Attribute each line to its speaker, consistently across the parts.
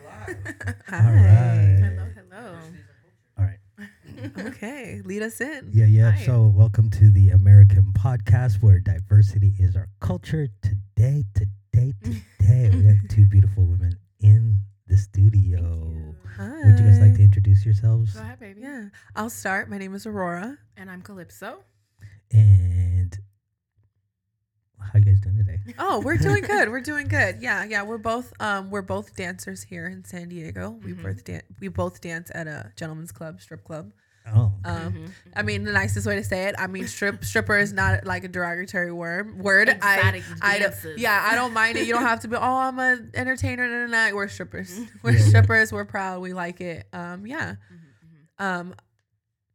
Speaker 1: All right.
Speaker 2: Hello, hello.
Speaker 1: All right.
Speaker 2: Okay, lead us in.
Speaker 1: Yeah, yeah.
Speaker 2: Hi.
Speaker 1: So, welcome to the American podcast where diversity is our culture. Today, today, today, we have two beautiful women in the studio.
Speaker 2: Hi.
Speaker 1: Would you guys like to introduce yourselves?
Speaker 3: Go ahead, baby.
Speaker 2: Yeah, I'll start. My name is Aurora.
Speaker 3: And I'm Calypso.
Speaker 1: And how you guys doing today?
Speaker 2: Oh, we're doing good. We're doing good. Yeah, yeah. We're both um we're both dancers here in San Diego. We
Speaker 3: Mhm.
Speaker 2: both dan- we both dance at a gentleman's club, strip club.
Speaker 1: Oh,
Speaker 3: Uh,
Speaker 2: Um,
Speaker 3: Uh-huh. Mm-hmm.
Speaker 2: I mean, the nicest way to say it. I mean, strip stripper is not like a derogatory word. Word. I
Speaker 3: Exotic
Speaker 2: I don't,
Speaker 3: dances.
Speaker 2: yeah, I don't mind it. You don't have to be. Oh, I'm an entertainer. No, no, no. We're strippers. We're
Speaker 1: Yeah, yeah.
Speaker 2: strippers. We're proud. We like it. Um, yeah.
Speaker 3: Mm-hmm.
Speaker 2: Um,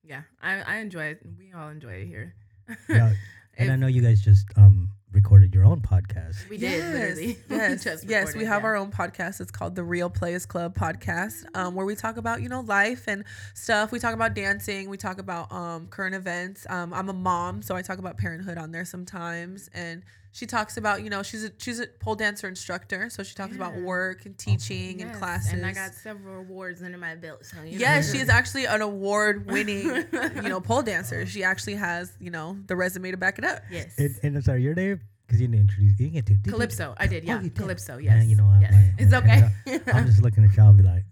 Speaker 3: Yeah, I, I enjoy it. We all enjoy it here.
Speaker 1: yeah. And I
Speaker 3: If-
Speaker 1: know you guys just um, recorded your own podcast.
Speaker 3: We did, literally. We
Speaker 2: Yes,
Speaker 3: just
Speaker 2: yes, we
Speaker 3: recorded,
Speaker 2: have
Speaker 3: yeah.
Speaker 2: our own podcast. It's called the Real Players Club podcast, um, where we talk about you know life and stuff. We talk about dancing. We talk about um, current events. Um, I'm a mom, so I talk about parenthood on there sometimes. And she talks about you know she's a she's a pole dancer instructor, so she talks about
Speaker 3: Yeah.
Speaker 2: work and teaching and
Speaker 3: Yes,
Speaker 2: classes.
Speaker 3: And I got several awards under my belt. So, you know.
Speaker 2: Yes, she is actually an award-winning, you know, pole
Speaker 3: Oh.
Speaker 2: dancer. She actually has, you know, the resume to back it up.
Speaker 3: Yes.
Speaker 1: And, and I'm sorry, your name? Because you didn't introduce. You didn't get to. did you-
Speaker 3: Calypso. I did,
Speaker 1: Oh,
Speaker 3: yeah.
Speaker 1: you did.
Speaker 3: Calypso, yes.
Speaker 1: Man, you know, I'm
Speaker 3: yes.
Speaker 1: like-
Speaker 3: it's okay.
Speaker 1: I'm just looking at y'all and be like,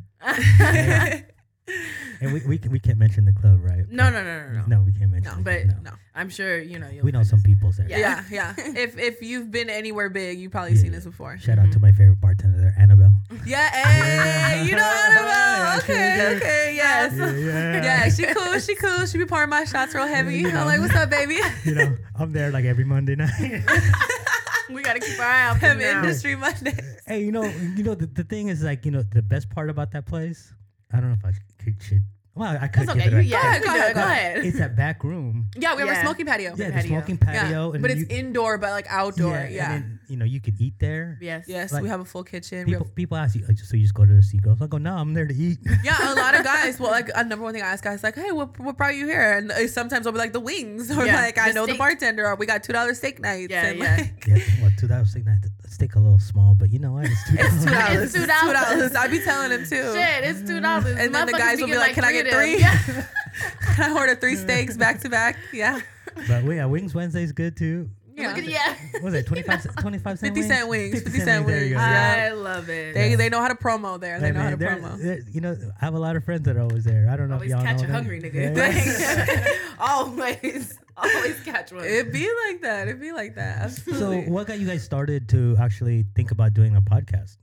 Speaker 1: and we, we, can- we can't mention the club, right?
Speaker 3: no, no, no, no, no.
Speaker 1: No, we can't mention
Speaker 2: No,
Speaker 1: the
Speaker 3: but
Speaker 1: club,
Speaker 2: no.
Speaker 3: I'm sure, you know, you'll
Speaker 1: We know some people there.
Speaker 3: Yeah.
Speaker 2: Yeah, yeah. If if you've been anywhere big, you've probably
Speaker 1: Yeah,
Speaker 2: seen
Speaker 1: yeah.
Speaker 2: us before.
Speaker 1: Shout out to my favorite bartender there, Annabelle.
Speaker 2: Yeah, hey, you know
Speaker 1: Yeah,
Speaker 2: Annabelle.
Speaker 1: she
Speaker 2: Okay,
Speaker 1: is.
Speaker 2: okay, yes. Yeah. she cool, she cool. She be pouring my shots real heavy. I'm like, what's up, baby?
Speaker 1: You know, I'm there like every Monday night.
Speaker 3: we got to keep our eye out for
Speaker 2: Have
Speaker 3: now.
Speaker 2: industry Monday.
Speaker 1: hey, you know, you know, the, the thing is like, you know, the best part about that place, I don't know if I could, should, well, I could
Speaker 3: That's
Speaker 1: give
Speaker 3: okay.
Speaker 1: it a-
Speaker 3: You, yeah,
Speaker 2: Go
Speaker 3: go
Speaker 2: ahead,
Speaker 3: ahead. Go
Speaker 2: go
Speaker 3: ahead.
Speaker 1: It's that back room.
Speaker 2: Yeah, we have a
Speaker 3: Yeah.
Speaker 2: smoking patio.
Speaker 1: Yeah, the
Speaker 3: patio.
Speaker 1: smoking
Speaker 2: Yeah,
Speaker 1: patio. and
Speaker 2: but it's
Speaker 1: you,
Speaker 2: indoor, but like outdoor. Yeah.
Speaker 1: And then, you know, you could eat there.
Speaker 3: Yes.
Speaker 2: yes,
Speaker 1: Like-
Speaker 2: we have a full kitchen. We have
Speaker 1: People, people ask you, "Oh, so you just go to the Seagulls? I go, no, I'm there to eat.
Speaker 2: Yeah, a lot of guys. Well, like a number one thing I ask guys, like, hey, what, what brought you here? And uh, sometimes I'll be like, the wings, or
Speaker 3: Yeah,
Speaker 2: like, I
Speaker 3: the
Speaker 2: know the
Speaker 3: steak.
Speaker 2: bartender, or we got two dollar steak nights.
Speaker 3: Yeah,
Speaker 2: and
Speaker 3: yeah.
Speaker 2: Like,
Speaker 1: yeah, well, two dollars steak. night, That steak a little small, but you know what? It's two
Speaker 2: it's two
Speaker 1: dollars.
Speaker 2: dollars. It's
Speaker 3: It's
Speaker 2: two
Speaker 3: $2.
Speaker 2: dollars. I'll be telling him too.
Speaker 3: Shit, it's two dollars.
Speaker 2: And then the
Speaker 3: Motherfuckers
Speaker 2: guys will be
Speaker 3: getting
Speaker 2: like, "Can I get
Speaker 3: of them."
Speaker 2: three?"
Speaker 3: Yeah.
Speaker 2: Can I order three steaks back to back? Yeah,
Speaker 1: but we- yeah, Wings Wednesday's good too.
Speaker 2: yeah.
Speaker 3: Look at- yeah.
Speaker 1: What was it 25, cent- 25 cent
Speaker 2: 50 cent wings, 50 cent
Speaker 1: There you go.
Speaker 2: wings. Yeah.
Speaker 3: I love it.
Speaker 2: They they know how to promo there. They
Speaker 1: Hey,
Speaker 2: know how
Speaker 1: man,
Speaker 2: to
Speaker 1: they're-
Speaker 2: promo.
Speaker 1: they're- you know, I have a lot of friends that are always there. I don't know
Speaker 3: always
Speaker 1: if y'all
Speaker 3: catch
Speaker 1: know
Speaker 3: a
Speaker 1: them.
Speaker 3: hungry nigga.
Speaker 1: Yeah.
Speaker 3: always, always catch one.
Speaker 2: It be like that. It be like that.
Speaker 1: so,
Speaker 2: Absolutely.
Speaker 1: what got you guys started to actually think about doing a podcast?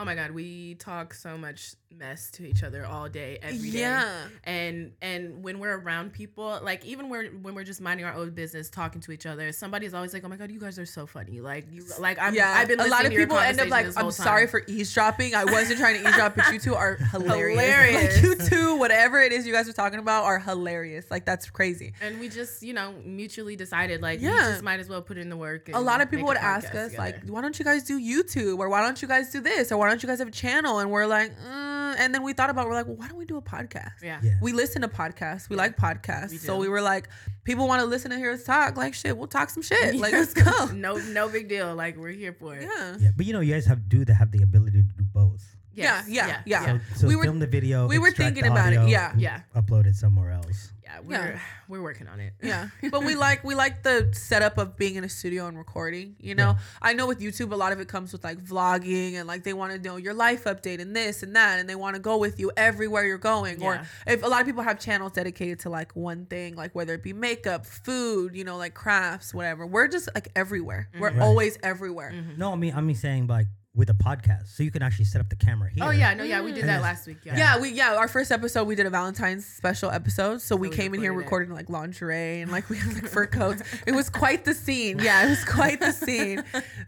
Speaker 3: oh my god, we talk so much mess to each other all day, every day.
Speaker 2: yeah.
Speaker 3: And and when we're around people, like even when when we're just minding our own business, talking to each other, somebody's always like, "Oh my god, you guys are so funny!" Like you, like I'm,
Speaker 2: Yeah,
Speaker 3: I've been.
Speaker 2: a lot
Speaker 3: listening
Speaker 2: of
Speaker 3: to your
Speaker 2: people end up
Speaker 3: conversation
Speaker 2: like,
Speaker 3: this
Speaker 2: "I'm
Speaker 3: whole
Speaker 2: sorry
Speaker 3: time."
Speaker 2: for eavesdropping. I wasn't trying to eavesdrop, but you two are hilarious.
Speaker 3: Hilarious.
Speaker 2: Like, you two, whatever it is you guys are talking about, are hilarious. Like that's crazy.
Speaker 3: And we just, you know, mutually decided like, we
Speaker 2: Yeah.
Speaker 3: just might as well put in the work.
Speaker 2: a
Speaker 3: and
Speaker 2: lot of
Speaker 3: make
Speaker 2: people
Speaker 3: a
Speaker 2: would ask
Speaker 3: podcast
Speaker 2: us
Speaker 3: together.
Speaker 2: like why don't you guys do youtube or why don't you guys do this or why don't you guys have a channel and we're like mm. and then we thought about it, we're like well, why don't we do a podcast
Speaker 3: yeah.
Speaker 1: Yeah.
Speaker 2: we listen to podcasts we like podcasts
Speaker 3: we
Speaker 2: so
Speaker 3: do.
Speaker 2: we were like people want to listen to hear us talk like shit we'll talk some shit like let's go
Speaker 3: no, no big deal. Like we're here for it.
Speaker 2: yeah
Speaker 1: yeah, but you know, you guys have do they have the ability to do both?
Speaker 2: Yeah, yeah, yeah.
Speaker 1: So, so
Speaker 2: We were-
Speaker 1: film the video.
Speaker 2: we were
Speaker 1: extract the
Speaker 2: thinking about it,
Speaker 1: audio,
Speaker 2: yeah.
Speaker 1: and
Speaker 3: Yeah.
Speaker 1: Upload it somewhere else.
Speaker 3: Yeah, we're we're working on it.
Speaker 2: yeah but we like we like the setup of being in a studio and recording you know i know with youtube a lot of it comes with like vlogging and like they want to know your life update and this and that and they want to go with you everywhere you're going
Speaker 3: Yeah.
Speaker 2: or if a lot of people have channels dedicated to like one thing like whether it be makeup food you know like crafts whatever we're just like everywhere we're
Speaker 3: Mm-hmm.
Speaker 1: Right.
Speaker 2: always everywhere
Speaker 1: No, I mean, I mean saying like with a podcast, so you can actually set up the camera here.
Speaker 3: Oh yeah, no, yeah, we did
Speaker 1: Mm.
Speaker 3: that last week. Yeah.
Speaker 2: Yeah, we yeah, our first episode we did a Valentine's special episode. So we
Speaker 3: we
Speaker 2: came in here
Speaker 3: recorded
Speaker 2: recording like lingerie and like we had like fur coats. It was quite the scene. Yeah, it was quite the scene.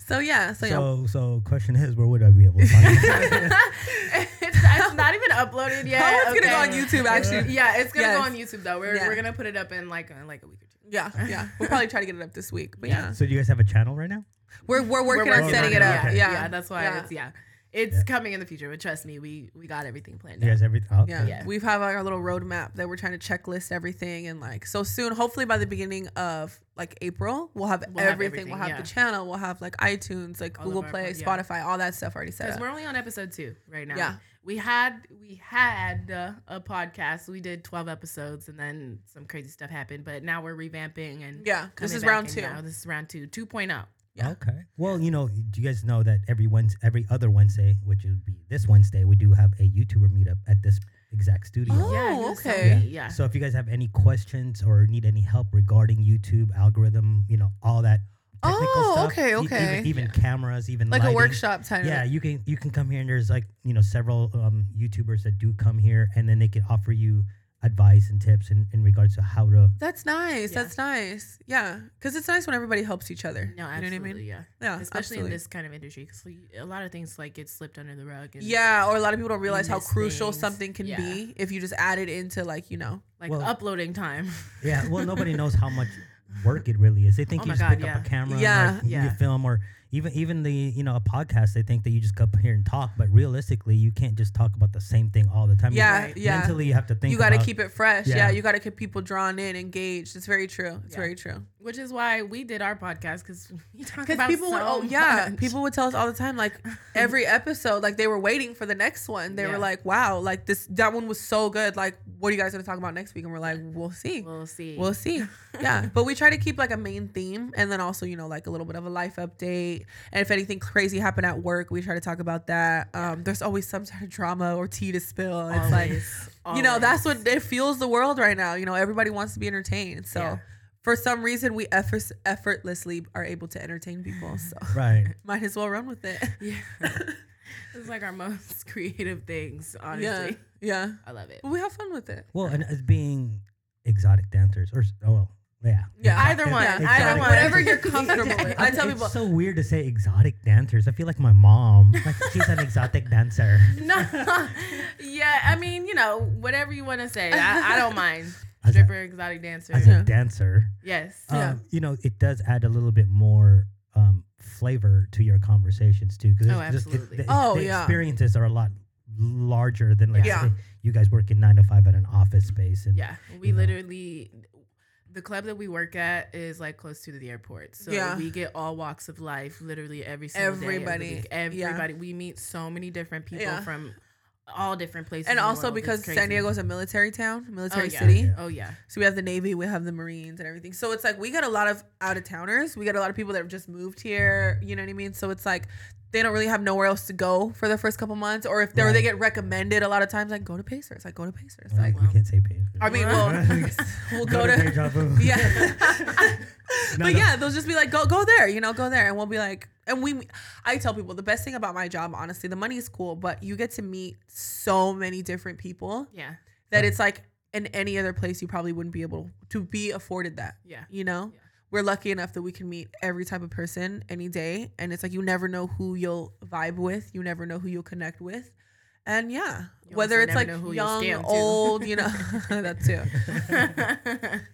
Speaker 2: So yeah, so, yeah.
Speaker 1: So, so question is, where would I be able to find it?
Speaker 3: it's, it's not even uploaded yet.
Speaker 2: That one's
Speaker 3: okay?
Speaker 2: gonna go on YouTube actually.
Speaker 3: Yeah, it's gonna
Speaker 2: Yes.
Speaker 3: go on YouTube though. We're,
Speaker 2: Yeah.
Speaker 3: we're gonna put it up in like uh, like a week or two.
Speaker 2: Yeah, yeah. We'll probably try to get it up this week. But yeah.
Speaker 1: So, do you guys have a channel right now?
Speaker 2: We're we're working,
Speaker 3: We're
Speaker 2: on
Speaker 3: working
Speaker 2: setting
Speaker 3: on
Speaker 2: it
Speaker 3: it,
Speaker 2: up.
Speaker 1: okay.
Speaker 2: Yeah.
Speaker 3: Yeah, that's why it's yeah. It's
Speaker 1: Yeah.
Speaker 3: coming in the future, but trust me, we we got everything planned
Speaker 1: You
Speaker 3: out.
Speaker 1: guys, everything. Oh,
Speaker 2: Yeah.
Speaker 3: Yeah.
Speaker 2: We've have like our little roadmap that we're trying to checklist everything and like so soon, hopefully by the beginning of like April, we'll have
Speaker 3: We'll have
Speaker 2: everything. we'll have
Speaker 3: everything,
Speaker 2: the
Speaker 3: yeah.
Speaker 2: channel, we'll have like iTunes, like
Speaker 3: All of
Speaker 2: Google
Speaker 3: our
Speaker 2: Play,
Speaker 3: pod- yeah.
Speaker 2: Spotify, all that stuff already set
Speaker 3: Because
Speaker 2: up.
Speaker 3: we're only on episode two right now.
Speaker 2: Yeah.
Speaker 3: We had we had uh, a podcast. We did twelve episodes, and then some crazy stuff happened. But now we're revamping and
Speaker 2: Yeah. This
Speaker 3: coming
Speaker 2: is
Speaker 3: back
Speaker 2: round
Speaker 3: and
Speaker 2: two.
Speaker 3: now this is round two, oh. 2.0.
Speaker 2: Yeah.
Speaker 1: Okay. Well, you know, do you guys know that every Wednesday, every other Wednesday, which would be this Wednesday, we do have a YouTuber meetup at this exact studio.
Speaker 2: Oh,
Speaker 3: yeah, he was telling
Speaker 2: okay.
Speaker 3: me, Yeah.
Speaker 1: So if you guys have any questions or need any help regarding YouTube algorithm, you know, all that technical
Speaker 2: Oh,
Speaker 1: stuff,
Speaker 2: okay,
Speaker 1: e-
Speaker 2: okay.
Speaker 1: even, even cameras, even
Speaker 2: Like a
Speaker 1: lighting.
Speaker 2: workshop type.
Speaker 1: Yeah,
Speaker 2: Yeah.
Speaker 1: you can you can come here and there's like you know several um, YouTubers that do come here and then they can offer you advice and tips in, in regards to how to
Speaker 2: That's nice.
Speaker 3: Yeah.
Speaker 2: That's nice. Yeah. Cause it's nice when everybody helps each other.
Speaker 3: No,
Speaker 2: You
Speaker 3: absolutely.
Speaker 2: know what I mean?
Speaker 3: Yeah.
Speaker 2: Yeah.
Speaker 3: Especially
Speaker 2: absolutely.
Speaker 3: in this kind of industry, because a lot of things like get slipped under the rug. And,
Speaker 2: Yeah, or a lot of people don't realize how
Speaker 3: miss
Speaker 2: crucial
Speaker 3: things.
Speaker 2: something can
Speaker 3: Yeah.
Speaker 2: be if you just add it into like, you know.
Speaker 3: Like
Speaker 1: Well-
Speaker 3: uploading time.
Speaker 1: Yeah, well, nobody knows how much work it really is. They think
Speaker 3: Oh
Speaker 1: you
Speaker 3: my
Speaker 1: just
Speaker 3: God,
Speaker 1: pick
Speaker 3: yeah.
Speaker 1: up a camera,
Speaker 2: Yeah,
Speaker 1: and like, you
Speaker 3: yeah.
Speaker 1: film, or even even the you know a podcast. They think that you just come here and talk, but realistically, you can't just talk about the same thing all the time. You-
Speaker 2: Yeah,
Speaker 3: Right.
Speaker 2: yeah.
Speaker 1: mentally you have to think.
Speaker 2: you got to
Speaker 1: about-
Speaker 2: keep it fresh. Yeah.
Speaker 1: Yeah.
Speaker 2: you got to keep people drawn in, engaged. It's very true. It's
Speaker 3: Yeah.
Speaker 2: very true.
Speaker 3: which is why we did our podcast because we talk
Speaker 2: Because
Speaker 3: about
Speaker 2: people
Speaker 3: so
Speaker 2: would, oh yeah,
Speaker 3: much.
Speaker 2: people would tell us all the time, like every episode, like they were waiting for the next one. They
Speaker 3: Yeah.
Speaker 2: were like, "Wow, like this, that one was so good. Like, what are you guys gonna talk about next week?" And we're like, "We'll see,
Speaker 3: We'll see.
Speaker 2: we'll see." yeah, but we try to keep like a main theme, and then also you know like a little bit of a life update, and if anything crazy happened at work, we try to talk about that. Um, there's always some sort of drama or tea to spill. It's like you know that's what it fuels the world right now you know everybody wants to be entertained so
Speaker 3: Yeah.
Speaker 2: for some reason we effort- effortlessly are able to entertain people so
Speaker 1: right.
Speaker 2: might as well run with it
Speaker 3: Yeah. it's like our most creative things, honestly.
Speaker 2: yeah yeah
Speaker 3: I love it.
Speaker 2: but we have fun with it
Speaker 1: Well, and as being exotic dancers, or s- oh well, yeah,
Speaker 2: Yeah,
Speaker 1: Exo-
Speaker 3: either one,
Speaker 1: exotic
Speaker 3: either
Speaker 1: dancers.
Speaker 3: one.
Speaker 2: whatever you're comfortable with
Speaker 1: I
Speaker 2: i tell
Speaker 1: it's
Speaker 2: people
Speaker 1: so weird to say exotic dancers. I feel like my mom. Like she's an exotic dancer.
Speaker 3: No. yeah, I mean, you know, whatever you want to say. I, I don't mind.
Speaker 1: As a,
Speaker 3: Stripper, exotic dancer.
Speaker 1: as
Speaker 2: Yeah.
Speaker 1: a dancer,
Speaker 3: yes.
Speaker 1: um,
Speaker 2: Yeah.
Speaker 1: you know, it does add a little bit more um, flavor to your conversations too. Because
Speaker 3: Oh, absolutely.
Speaker 1: the,
Speaker 2: Oh,
Speaker 1: the
Speaker 2: yeah.
Speaker 1: experiences are a lot larger than like
Speaker 2: Yeah.
Speaker 1: say, you guys work in nine to five at an office space and
Speaker 3: Yeah. We
Speaker 1: You know.
Speaker 3: literally the club that we work at is like close to the airport. So
Speaker 2: Yeah.
Speaker 3: we get all walks of life, literally every single
Speaker 2: Everybody.
Speaker 3: Day of the week.
Speaker 2: Yeah.
Speaker 3: Everybody. We meet so many different people
Speaker 2: Yeah.
Speaker 3: from all different places. in
Speaker 2: and
Speaker 3: the
Speaker 2: also
Speaker 3: world. It's
Speaker 2: because
Speaker 3: crazy.
Speaker 2: san diego's a military town
Speaker 3: oh,
Speaker 2: military
Speaker 3: yeah.
Speaker 2: city
Speaker 1: Yeah.
Speaker 3: Oh yeah.
Speaker 2: so we have the navy we have the marines and everything so it's like we got a lot of out of towners we got a lot of people that have just moved here you know what i mean so it's like they don't really have nowhere else to go for the first couple months or if they or
Speaker 1: Right.
Speaker 2: they
Speaker 1: Oh,
Speaker 2: get recommended a lot of times like go to pacers like go to pacers
Speaker 1: Well,
Speaker 2: like
Speaker 1: we can't say pain.
Speaker 2: i mean
Speaker 3: Wow.
Speaker 2: we'll, we'll go to
Speaker 1: Deja vu.
Speaker 2: yeah
Speaker 1: No,
Speaker 2: but
Speaker 1: no.
Speaker 2: yeah they'll just be like go go there you know go there and we'll be like and we i tell people the best thing about my job honestly the money is cool but you get to meet so many different people
Speaker 3: Yeah.
Speaker 2: that it's like in any other place you probably wouldn't be able to be afforded that
Speaker 3: Yeah.
Speaker 2: you know
Speaker 3: Yeah.
Speaker 2: we're lucky enough that we can meet every type of person any day and it's like you never know who you'll vibe with you never know who you'll connect with and yeah
Speaker 3: You
Speaker 2: whether
Speaker 3: also
Speaker 2: it's
Speaker 3: never
Speaker 2: like
Speaker 3: know who
Speaker 2: young
Speaker 3: you'll scam, too.
Speaker 2: old you know that too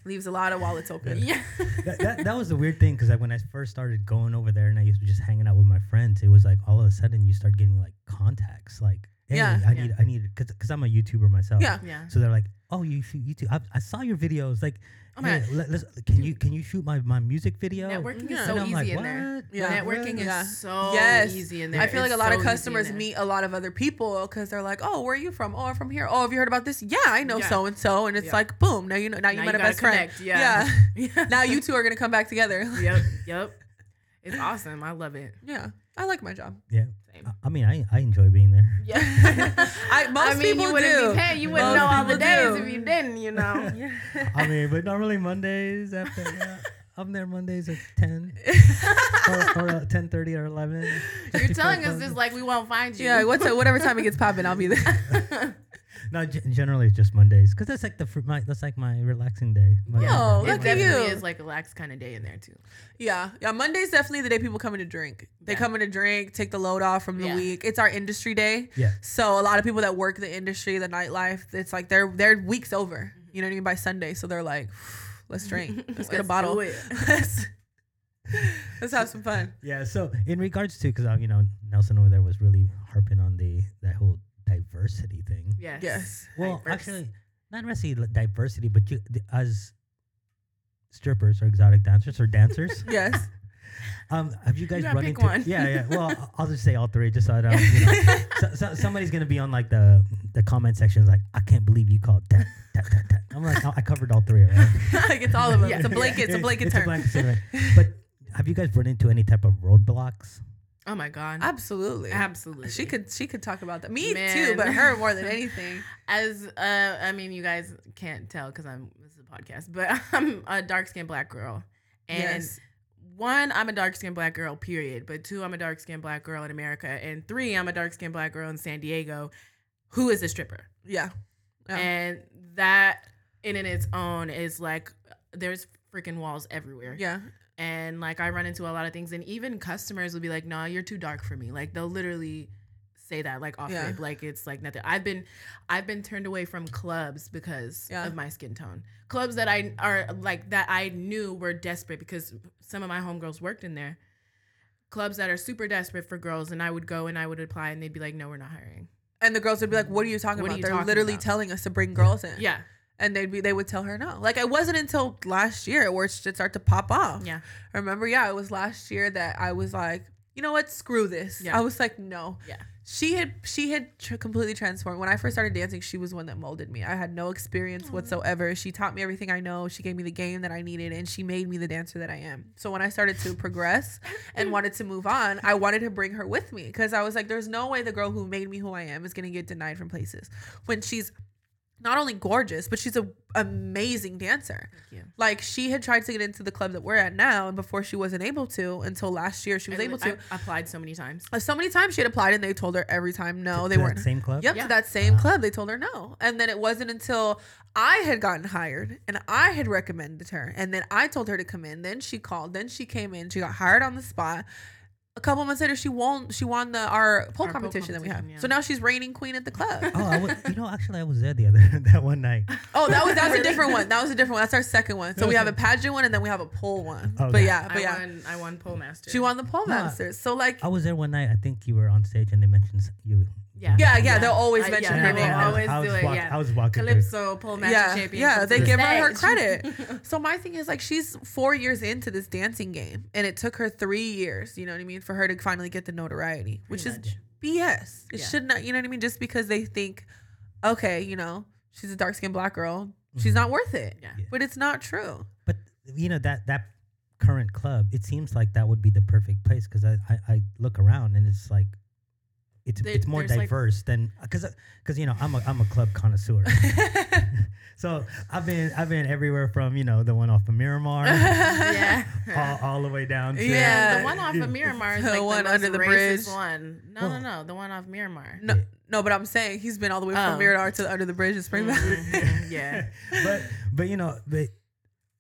Speaker 2: leaves a lot of wallets open
Speaker 3: yeah.
Speaker 1: that, that, that was the weird thing because when I first started going over there and I used to just hanging out with my friends, it was like all of a sudden you start getting like contacts. Like, hey,
Speaker 2: Yeah.
Speaker 1: I
Speaker 3: Yeah.
Speaker 1: need, I need, because because I'm a YouTuber myself.
Speaker 2: Yeah.
Speaker 3: Yeah.
Speaker 1: So they're like, oh, you shoot YouTube. I, I saw your videos. Like,
Speaker 3: Oh my
Speaker 1: hey, let, us can you can you shoot my my music video?
Speaker 3: Networking
Speaker 2: Yeah.
Speaker 3: is so
Speaker 1: And I'm
Speaker 3: easy
Speaker 1: like,
Speaker 3: in there.
Speaker 1: "What?
Speaker 2: Yeah.
Speaker 3: Networking
Speaker 2: Yeah.
Speaker 3: is so
Speaker 2: Yes.
Speaker 3: easy in there.
Speaker 2: I feel like
Speaker 3: It's
Speaker 2: a lot
Speaker 3: so
Speaker 2: of
Speaker 3: easy in
Speaker 2: customers
Speaker 3: there.
Speaker 2: meet a lot of other people because they're like, "Oh, where are you from? Oh, I'm from here. Oh, have you heard about this? Yeah, I know
Speaker 3: Yeah.
Speaker 2: so and so." And it's
Speaker 3: Yeah.
Speaker 2: like, boom! Now you know. Now you
Speaker 3: Now
Speaker 2: met
Speaker 3: you
Speaker 2: a
Speaker 3: gotta
Speaker 2: best friend.
Speaker 3: connect, yeah. Yeah.
Speaker 2: now you two are gonna come back together.
Speaker 3: Yep. Yep. It's awesome. I love it.
Speaker 2: yeah, I like my job.
Speaker 1: Yeah.
Speaker 3: Same.
Speaker 1: I, I mean, I, I enjoy being there.
Speaker 3: Yeah.
Speaker 2: I most people
Speaker 3: you
Speaker 2: do.
Speaker 3: wouldn't be paid. You wouldn't
Speaker 2: Most
Speaker 3: know all the
Speaker 2: people
Speaker 3: days
Speaker 2: do.
Speaker 3: if you didn't. You know.
Speaker 1: I mean, but normally Mondays after. yeah, I'm there Mondays at 10 or, or 10.30 or 11.
Speaker 3: You're telling us this like we won't find you.
Speaker 2: Yeah, what's whatever time it gets popping, I'll be there.
Speaker 1: No, g- generally it's just Mondays because that's like the fr- my, that's like my relaxing day. My-
Speaker 2: Yo,
Speaker 1: my-
Speaker 3: It
Speaker 2: look
Speaker 1: my-
Speaker 2: at you.
Speaker 3: definitely is like a lax kind of day in there too.
Speaker 2: yeah, yeah. Monday's definitely the day people come in to drink. They
Speaker 3: Yeah.
Speaker 2: come in to drink, take the load off from the
Speaker 3: Yeah.
Speaker 2: week. It's our industry day.
Speaker 1: Yeah.
Speaker 2: So a lot of people that work the industry, the nightlife, it's like their their week's over. You know what I mean by Sunday. So they're like, Mm-hmm. let's drink. Let's get a
Speaker 3: Let's
Speaker 2: bottle.
Speaker 3: do it.
Speaker 2: Let's- Let's have some fun.
Speaker 1: Yeah. So in regards to, because you know Nelson over there was really harping on the that whole diversity thing.
Speaker 3: Yes.
Speaker 2: Yes.
Speaker 1: Well,
Speaker 3: Diverse.
Speaker 1: actually, not necessarily li- diversity, but you the, as strippers or exotic dancers or dancers,
Speaker 2: Yes.
Speaker 1: um, have you guys
Speaker 3: gotta
Speaker 1: run
Speaker 3: pick
Speaker 1: into?
Speaker 3: one.
Speaker 1: Yeah, yeah. Well, I- I'll just say all three, just so I don't. You know, so, so, somebody's gonna be on like the the comment section, like, I can't believe you called that that that that. I'm like, I, I covered all three. Right?
Speaker 2: like it's all of them.
Speaker 3: Yeah.
Speaker 2: It's a blanket. It's a
Speaker 1: It-
Speaker 2: blanket
Speaker 1: it's
Speaker 2: term.
Speaker 1: blanket statement. But have you guys run into any type of roadblocks?
Speaker 3: Oh my god.
Speaker 2: Absolutely.
Speaker 3: Absolutely.
Speaker 2: She could she could talk about that. Me too,
Speaker 3: Man.
Speaker 2: but her more than anything.
Speaker 3: as uh, I mean, you guys can't tell because I'm this is a podcast, but I'm a dark skinned black girl, and
Speaker 2: yes.
Speaker 3: one, I'm a dark skinned black girl, period. But two, I'm a dark skinned black girl in America, and three, I'm a dark skinned black girl in San Diego, who is a stripper,
Speaker 2: Yeah. Yeah.
Speaker 3: and that in and its own is like there's freaking walls everywhere
Speaker 2: Yeah.
Speaker 3: and like I run into a lot of things, and even customers will be like, "Nah, you're too dark for me." Like they'll literally say that like off
Speaker 2: Yeah.
Speaker 3: rip, like it's like nothing. I've been, I've been turned away from clubs because
Speaker 2: Yeah.
Speaker 3: of my skin tone. Clubs that I are like that I knew were desperate because some of my homegirls worked in there. Clubs that are super desperate for girls, and I would go and I would apply, and they'd be like, "No, we're not hiring."
Speaker 2: And the girls would be like, "What are you talking
Speaker 3: What are
Speaker 2: about?"
Speaker 3: you
Speaker 2: They're
Speaker 3: talking
Speaker 2: literally
Speaker 3: about?
Speaker 2: telling us to bring girls in.
Speaker 3: Yeah,
Speaker 2: And they'd be they would tell her no. Like it wasn't until last year where it should start to pop off.
Speaker 3: yeah,
Speaker 2: Remember? Yeah, it was last year that I was like, you know what? Screw this.
Speaker 3: Yeah.
Speaker 2: I was like, no.
Speaker 3: yeah.
Speaker 2: She had she had tr- completely transformed. When I first started dancing, she was one that molded me. I had no experience whatsoever. She taught me everything I know. She gave me the game that I needed, and she made me the dancer that I am. So when I started to progress and wanted to move on, I wanted to bring her with me because I was like, there's no way the girl who made me who I am is gonna get denied from places when she's not only gorgeous, but she's a amazing dancer.
Speaker 3: Thank you.
Speaker 2: Like she had tried to get into the club that we're at now, and before she wasn't able to until last year, she was
Speaker 3: I-
Speaker 2: able to.
Speaker 3: I applied so many times.
Speaker 2: Uh, so many times she had applied and they told her every time no, Oh, they
Speaker 1: To that
Speaker 2: weren't.
Speaker 1: same club.
Speaker 2: Yep,
Speaker 3: Yeah.
Speaker 2: to that same club, they told her no. And then it wasn't until I had gotten hired and I had recommended her, and then I told her to come in. Then she called, then she came in, she got hired on the spot. A couple months later, she won. She won the our pole
Speaker 3: Our pole
Speaker 2: competition that we have.
Speaker 3: competition, yeah.
Speaker 2: So now she's reigning queen at the club.
Speaker 1: Oh, I wa- you know, actually, I was there the other that one night.
Speaker 2: oh, that was that was a different one. That was a different one. That's our second one. So we have a pageant one, and then we have a pole one. But
Speaker 1: Okay.
Speaker 2: yeah, but
Speaker 3: I
Speaker 2: yeah,
Speaker 3: won. I won pole master.
Speaker 2: she won the pole
Speaker 1: No, I-
Speaker 2: masters. So like,
Speaker 1: I was there one night. I think you were on stage, and they mentioned s- you.
Speaker 3: Yeah.
Speaker 2: yeah, yeah, they'll always
Speaker 3: I-
Speaker 2: mention
Speaker 3: yeah,
Speaker 2: her
Speaker 3: they
Speaker 2: name.
Speaker 3: will always
Speaker 1: I was
Speaker 3: do it,
Speaker 1: walk-
Speaker 3: yeah.
Speaker 1: I was walking through.
Speaker 3: Calypso pole master champion.
Speaker 2: Yeah,
Speaker 3: comes
Speaker 2: they
Speaker 3: to the
Speaker 2: give her her
Speaker 3: stage.
Speaker 2: credit. so my thing is like she's four years into this dancing game, and it took her three years. You know what I mean for her to finally get the notoriety, which
Speaker 3: Pretty
Speaker 2: is BS. It
Speaker 3: Yeah.
Speaker 2: should not. You know what I mean? Just because they think, okay, you know, she's a dark skinned black girl, she's not worth it.
Speaker 3: Mm-hmm. Yeah.
Speaker 2: But it's not true.
Speaker 1: But you know that that current club, it seems like that would be the perfect place because I, I I look around and it's like. It's,
Speaker 3: There-
Speaker 1: it's more
Speaker 3: there's, like-
Speaker 1: diverse than because because you know I'm a I'm a club connoisseur, so I've been I've been everywhere from you know the one off of Miramar
Speaker 3: yeah.
Speaker 1: all, all the way down to
Speaker 2: Yeah.
Speaker 3: The one off of Miramar is
Speaker 2: The
Speaker 3: like
Speaker 2: one
Speaker 3: the most
Speaker 2: under the
Speaker 3: racist
Speaker 2: bridge.
Speaker 3: One. No,
Speaker 1: Well-
Speaker 3: no, no. The one off Miramar.
Speaker 2: No, no, but I'm saying he's been all the way from
Speaker 3: Oh.
Speaker 2: Miramar to under the bridge in Springfield.
Speaker 3: Mhm, yeah.
Speaker 1: but but you know the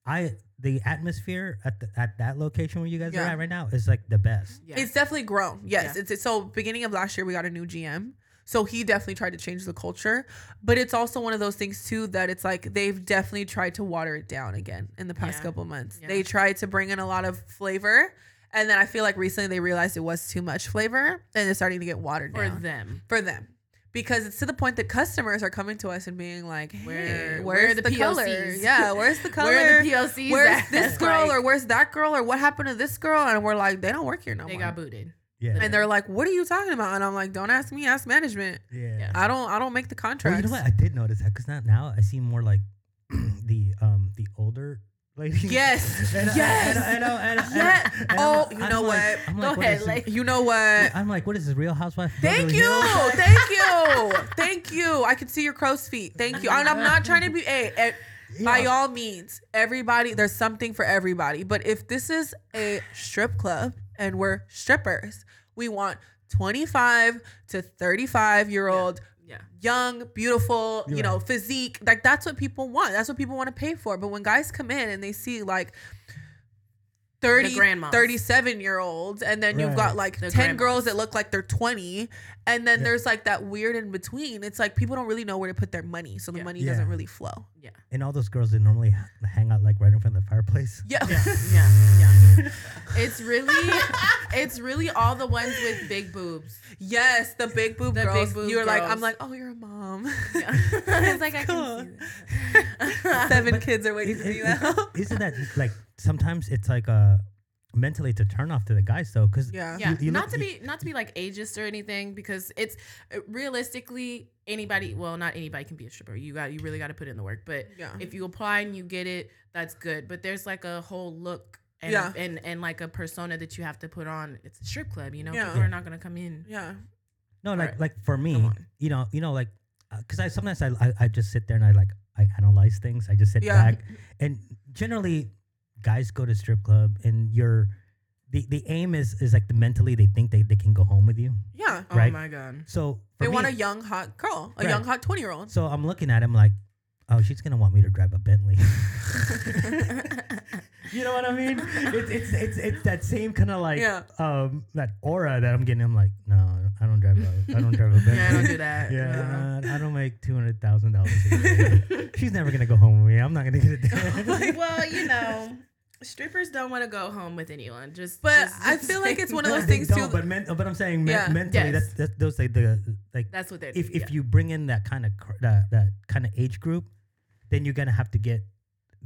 Speaker 1: I the atmosphere at the, at that location where you guys are
Speaker 2: Yeah.
Speaker 1: at right now is like the best.
Speaker 3: Yeah. Mm-hmm.
Speaker 2: It's definitely grown. Yes,
Speaker 3: Yeah.
Speaker 2: it's, it's so. Beginning of last year, we got a new GM, so he definitely tried to change the culture. But it's also one of those things too that it's like they've definitely tried to water it down again in the past
Speaker 3: Yeah.
Speaker 2: couple months.
Speaker 3: Yeah.
Speaker 2: They tried to bring in a lot of flavor, and then I feel like recently they realized it was too much flavor, and it's starting to get watered
Speaker 3: for
Speaker 2: down
Speaker 3: them.
Speaker 2: for them. Because it's to the point that customers are coming to us and being like, hey,
Speaker 3: Where-
Speaker 2: where's
Speaker 3: where are
Speaker 2: the,
Speaker 3: the
Speaker 2: color?
Speaker 3: POCs?
Speaker 2: Yeah, where's the color?
Speaker 3: Where are the PLCs?
Speaker 2: where's
Speaker 3: at?
Speaker 2: this girl
Speaker 3: Like,
Speaker 2: or where's that girl or what happened to this girl? And we're like, they don't work here no
Speaker 3: they
Speaker 2: more.
Speaker 3: got booted.
Speaker 1: Yeah.
Speaker 2: and they're like, "What are you talking about?" And I'm like, "Don't ask me. Ask management.
Speaker 1: yeah.
Speaker 3: Yeah.
Speaker 2: I don't. I don't make the
Speaker 1: Well,
Speaker 2: contracts."
Speaker 1: you know what? I did notice that because now I see more like the um the older ladies.
Speaker 2: Yes.
Speaker 1: And I-
Speaker 2: Yes.
Speaker 1: and I- and I- and I- and I-
Speaker 2: Yes.
Speaker 1: and I'm-
Speaker 2: Oh, you
Speaker 1: I'm
Speaker 2: know
Speaker 1: like-
Speaker 2: what?
Speaker 1: I'm
Speaker 3: Go
Speaker 1: like,
Speaker 3: ahead,
Speaker 1: is
Speaker 3: like-
Speaker 1: this-
Speaker 2: You know what?
Speaker 1: I'm like, what is this Real Housewife? of
Speaker 2: Thank
Speaker 1: Beverly
Speaker 2: you,
Speaker 1: Hills?
Speaker 2: thank you, thank you. I can see your crow's feet. Thank you. And I'm not trying to be. Hey, eh, by
Speaker 1: Yeah.
Speaker 2: all means, everybody. There's something for everybody. But if this is a strip club and we're strippers, we want 25 to 35 year old
Speaker 3: Yeah.
Speaker 2: young, beautiful, you
Speaker 1: You're
Speaker 2: know,
Speaker 1: right.
Speaker 2: physique. Like that's what people want. That's what people want to pay for. But when guys come in and they see like 30
Speaker 3: grandmas.
Speaker 2: 37 year olds and then you've
Speaker 1: Right.
Speaker 2: got like
Speaker 3: The
Speaker 2: 10
Speaker 3: grandmas.
Speaker 2: girls that look like they're 20 and then
Speaker 1: Yeah.
Speaker 2: there's like that weird in between it's like people don't really know where to put their money so the
Speaker 3: Yeah.
Speaker 2: money
Speaker 1: Yeah.
Speaker 2: doesn't really flow
Speaker 3: Yeah.
Speaker 1: And all those girls that normally h- hang out like right in front of the fireplace.
Speaker 2: yeah,
Speaker 3: Yeah. Yeah. Yeah. it's really it's really all the ones with big boobs.
Speaker 2: yes the big boob
Speaker 3: The big
Speaker 2: girls
Speaker 3: boob
Speaker 2: you're like i'm
Speaker 3: girls.
Speaker 2: like oh you're a mom
Speaker 3: Yeah. it's like
Speaker 2: Cool.
Speaker 3: I can see that.
Speaker 2: seven kids are waiting
Speaker 1: It-
Speaker 2: for
Speaker 1: it-
Speaker 2: you
Speaker 1: it-
Speaker 2: now
Speaker 1: Isn't that like sometimes it's like uh mentally to turn off to the guys though? Because
Speaker 2: yeah
Speaker 3: yeah
Speaker 1: You- you
Speaker 3: not
Speaker 1: look-
Speaker 3: to
Speaker 1: you-
Speaker 3: be not to be like ageist or anything because it's uh, realistically anybody well not anybody can be a stripper you got you really got to put in the work but
Speaker 2: Yeah.
Speaker 3: if you apply and you get it that's good but there's like a whole look and,
Speaker 2: Yeah.
Speaker 3: and and like a persona that you have to put on it's a strip club you know
Speaker 2: Yeah.
Speaker 3: people are not gonna come in
Speaker 2: yeah
Speaker 1: No, like
Speaker 3: Alright,
Speaker 1: like for me,
Speaker 3: on.
Speaker 1: you know, you know, like because I sometimes I, I I just sit there and I like I analyze things. I just sit
Speaker 2: Yeah.
Speaker 1: back, and generally, guys go to strip club, and you're the the aim is is like the mentally they think they they can go home with you.
Speaker 2: yeah
Speaker 1: Right.
Speaker 3: oh my god
Speaker 1: So for
Speaker 2: they want a
Speaker 1: me-
Speaker 2: young hot girl a
Speaker 1: Right.
Speaker 2: young hot 20 year old
Speaker 1: So I'm looking at him like, oh, she's gonna want me to drive a Bentley. you know what I mean? It's it's it's, it's that same kind of like
Speaker 2: Yeah.
Speaker 1: um that aura that I'm getting. I'm like, no, I don't drive a I don't drive a Bentley.
Speaker 3: yeah I don't do that
Speaker 1: Yeah, I don't make two hundred thousand dollars. She's never gonna go home with me. I'm not gonna get it done.
Speaker 3: Yeah. well you know strippers don't want to go home with anyone just
Speaker 2: but
Speaker 3: just-
Speaker 2: i feel like it's one of
Speaker 1: No,
Speaker 2: those
Speaker 1: they
Speaker 2: things
Speaker 1: don't,
Speaker 2: too
Speaker 1: But men, but I'm saying men-
Speaker 2: Yeah.
Speaker 1: mentally,
Speaker 3: Yes.
Speaker 1: that's, that's those like the like
Speaker 3: that's what they're
Speaker 1: if
Speaker 3: doing,
Speaker 1: if you bring in that kind of that, that kind of age group, then you're gonna have to get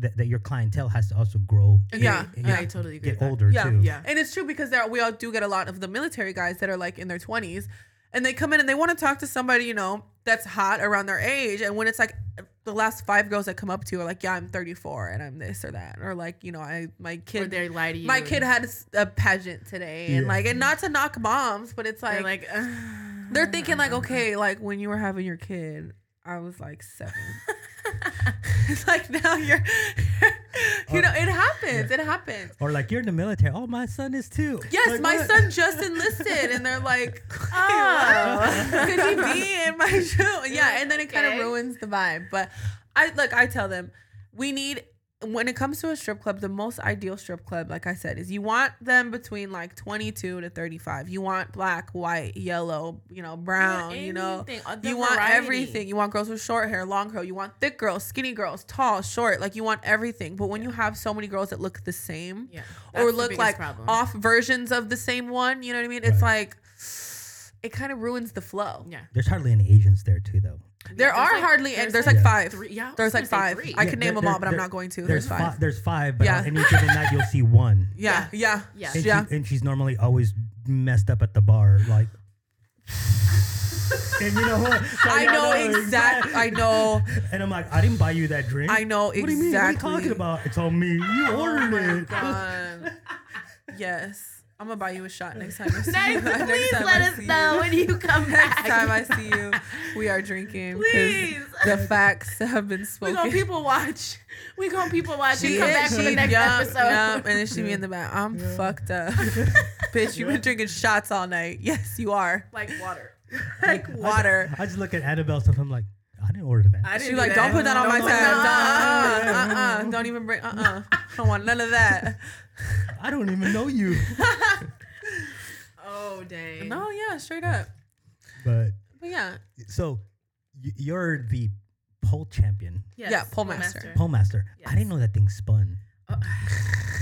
Speaker 1: that, that your clientele has to also grow.
Speaker 3: yeah.
Speaker 2: Yeah,
Speaker 3: yeah,
Speaker 2: yeah.
Speaker 3: I totally agree
Speaker 1: Get
Speaker 3: with that.
Speaker 1: older
Speaker 2: Yeah.
Speaker 1: too.
Speaker 3: yeah
Speaker 2: And it's true because there we all do get a lot of the military guys that are like in their 20s and they come in and they want to talk to somebody, you know, that's hot around their age. And when it's like the last five girls that come up to you are like, yeah, I'm 34 and I'm this or that. Or like, you know, I, my
Speaker 3: or
Speaker 2: kid,
Speaker 3: they lie to you
Speaker 2: my kid had a s- a pageant today and
Speaker 1: Yeah.
Speaker 2: like, and not to knock moms, but it's
Speaker 3: They're
Speaker 2: like,
Speaker 3: like,
Speaker 2: they're thinking like, okay, like when you were having your kid, I was like seven. it's like now you're, you
Speaker 1: Or-
Speaker 2: know, it happens. It happens.
Speaker 1: Or like you're in the military. Oh, my son is too.
Speaker 2: Yes,
Speaker 1: Like,
Speaker 2: my
Speaker 1: what?
Speaker 2: son just enlisted, and they're like,
Speaker 3: Oh.
Speaker 2: "What? could he be in my show? Yeah, and then it kind of
Speaker 3: Okay.
Speaker 2: ruins the vibe. But I look, I tell them we need when it comes to a strip club, the most ideal strip club, like I said, is you want them between like 22 to 35. You want black, white, yellow, you know, brown, you know. You want everything. You want girls with short hair, long hair. You want thick girls, skinny girls, tall, short. Like you want everything. But when you have so many girls that look the same,
Speaker 3: Yeah,
Speaker 2: or look like off versions of the same one. You know what I mean? It's like it kind of ruins the flow.
Speaker 3: Yeah,
Speaker 1: There's hardly any Asians there too, though.
Speaker 2: There
Speaker 3: There's
Speaker 2: are
Speaker 3: like-
Speaker 2: hardly and
Speaker 3: there's
Speaker 2: there's
Speaker 3: like
Speaker 2: like five.
Speaker 3: three- yeah, I was
Speaker 2: there's
Speaker 3: gonna
Speaker 2: like
Speaker 3: say
Speaker 2: five.
Speaker 3: three.
Speaker 2: I
Speaker 1: Yeah,
Speaker 2: could
Speaker 1: there-
Speaker 2: name them
Speaker 1: there-
Speaker 2: all, but I'm
Speaker 1: there-
Speaker 2: not going to.
Speaker 1: There's
Speaker 2: There's, five.
Speaker 1: fi- there's five, but on
Speaker 2: Yeah.
Speaker 1: any given night you'll see one.
Speaker 2: Yeah, yeah,
Speaker 3: Yeah.
Speaker 1: And,
Speaker 2: yeah.
Speaker 1: She, and she's normally always messed up at the bar, like. and you know what? So
Speaker 2: I
Speaker 1: yeah,
Speaker 2: know exactly. I know.
Speaker 1: And I'm like, I didn't buy you that drink.
Speaker 2: I know
Speaker 1: What do you mean? What are you
Speaker 2: exactly. Oh
Speaker 1: talking about? It's on me. You ordered it.
Speaker 2: God. yes, I'm gonna buy you a shot next time. I see you.
Speaker 3: Nice,
Speaker 2: Next
Speaker 3: please
Speaker 2: time
Speaker 3: let
Speaker 2: I
Speaker 3: us
Speaker 2: see you.
Speaker 3: know when you come
Speaker 2: Next
Speaker 3: back.
Speaker 2: time I see you, we are drinking. 'cause
Speaker 3: Please.
Speaker 2: the facts have been
Speaker 3: we
Speaker 2: spoken.
Speaker 3: gonna people watch. We gonna people watch.
Speaker 2: She
Speaker 3: and come
Speaker 2: is,
Speaker 3: back for
Speaker 2: she-
Speaker 3: the next
Speaker 2: yup,
Speaker 3: episode.
Speaker 2: yup, and then she be in the back. I'm fucked up, bitch. You've been drinking shots all night. Yes, you are.
Speaker 3: Like water.
Speaker 2: Like water.
Speaker 1: I just look at Annabelle stuff. I'm like, I didn't order that.
Speaker 3: I
Speaker 2: She
Speaker 3: didn't
Speaker 2: like,
Speaker 3: do
Speaker 2: don't put that on my
Speaker 3: Don't
Speaker 2: tab.
Speaker 3: put that
Speaker 2: No, uh, uh, uh, uh, don't even bring. Uh, uh, don't want none of that.
Speaker 1: I don't even know you.
Speaker 3: Oh dang.
Speaker 2: No, yeah, straight up.
Speaker 1: but
Speaker 2: But yeah,
Speaker 1: so y- you're the pole champion,
Speaker 3: Yes,
Speaker 2: Yeah, pole master.
Speaker 1: pole master. I
Speaker 3: Yes.
Speaker 1: didn't know that thing spun.
Speaker 3: Oh.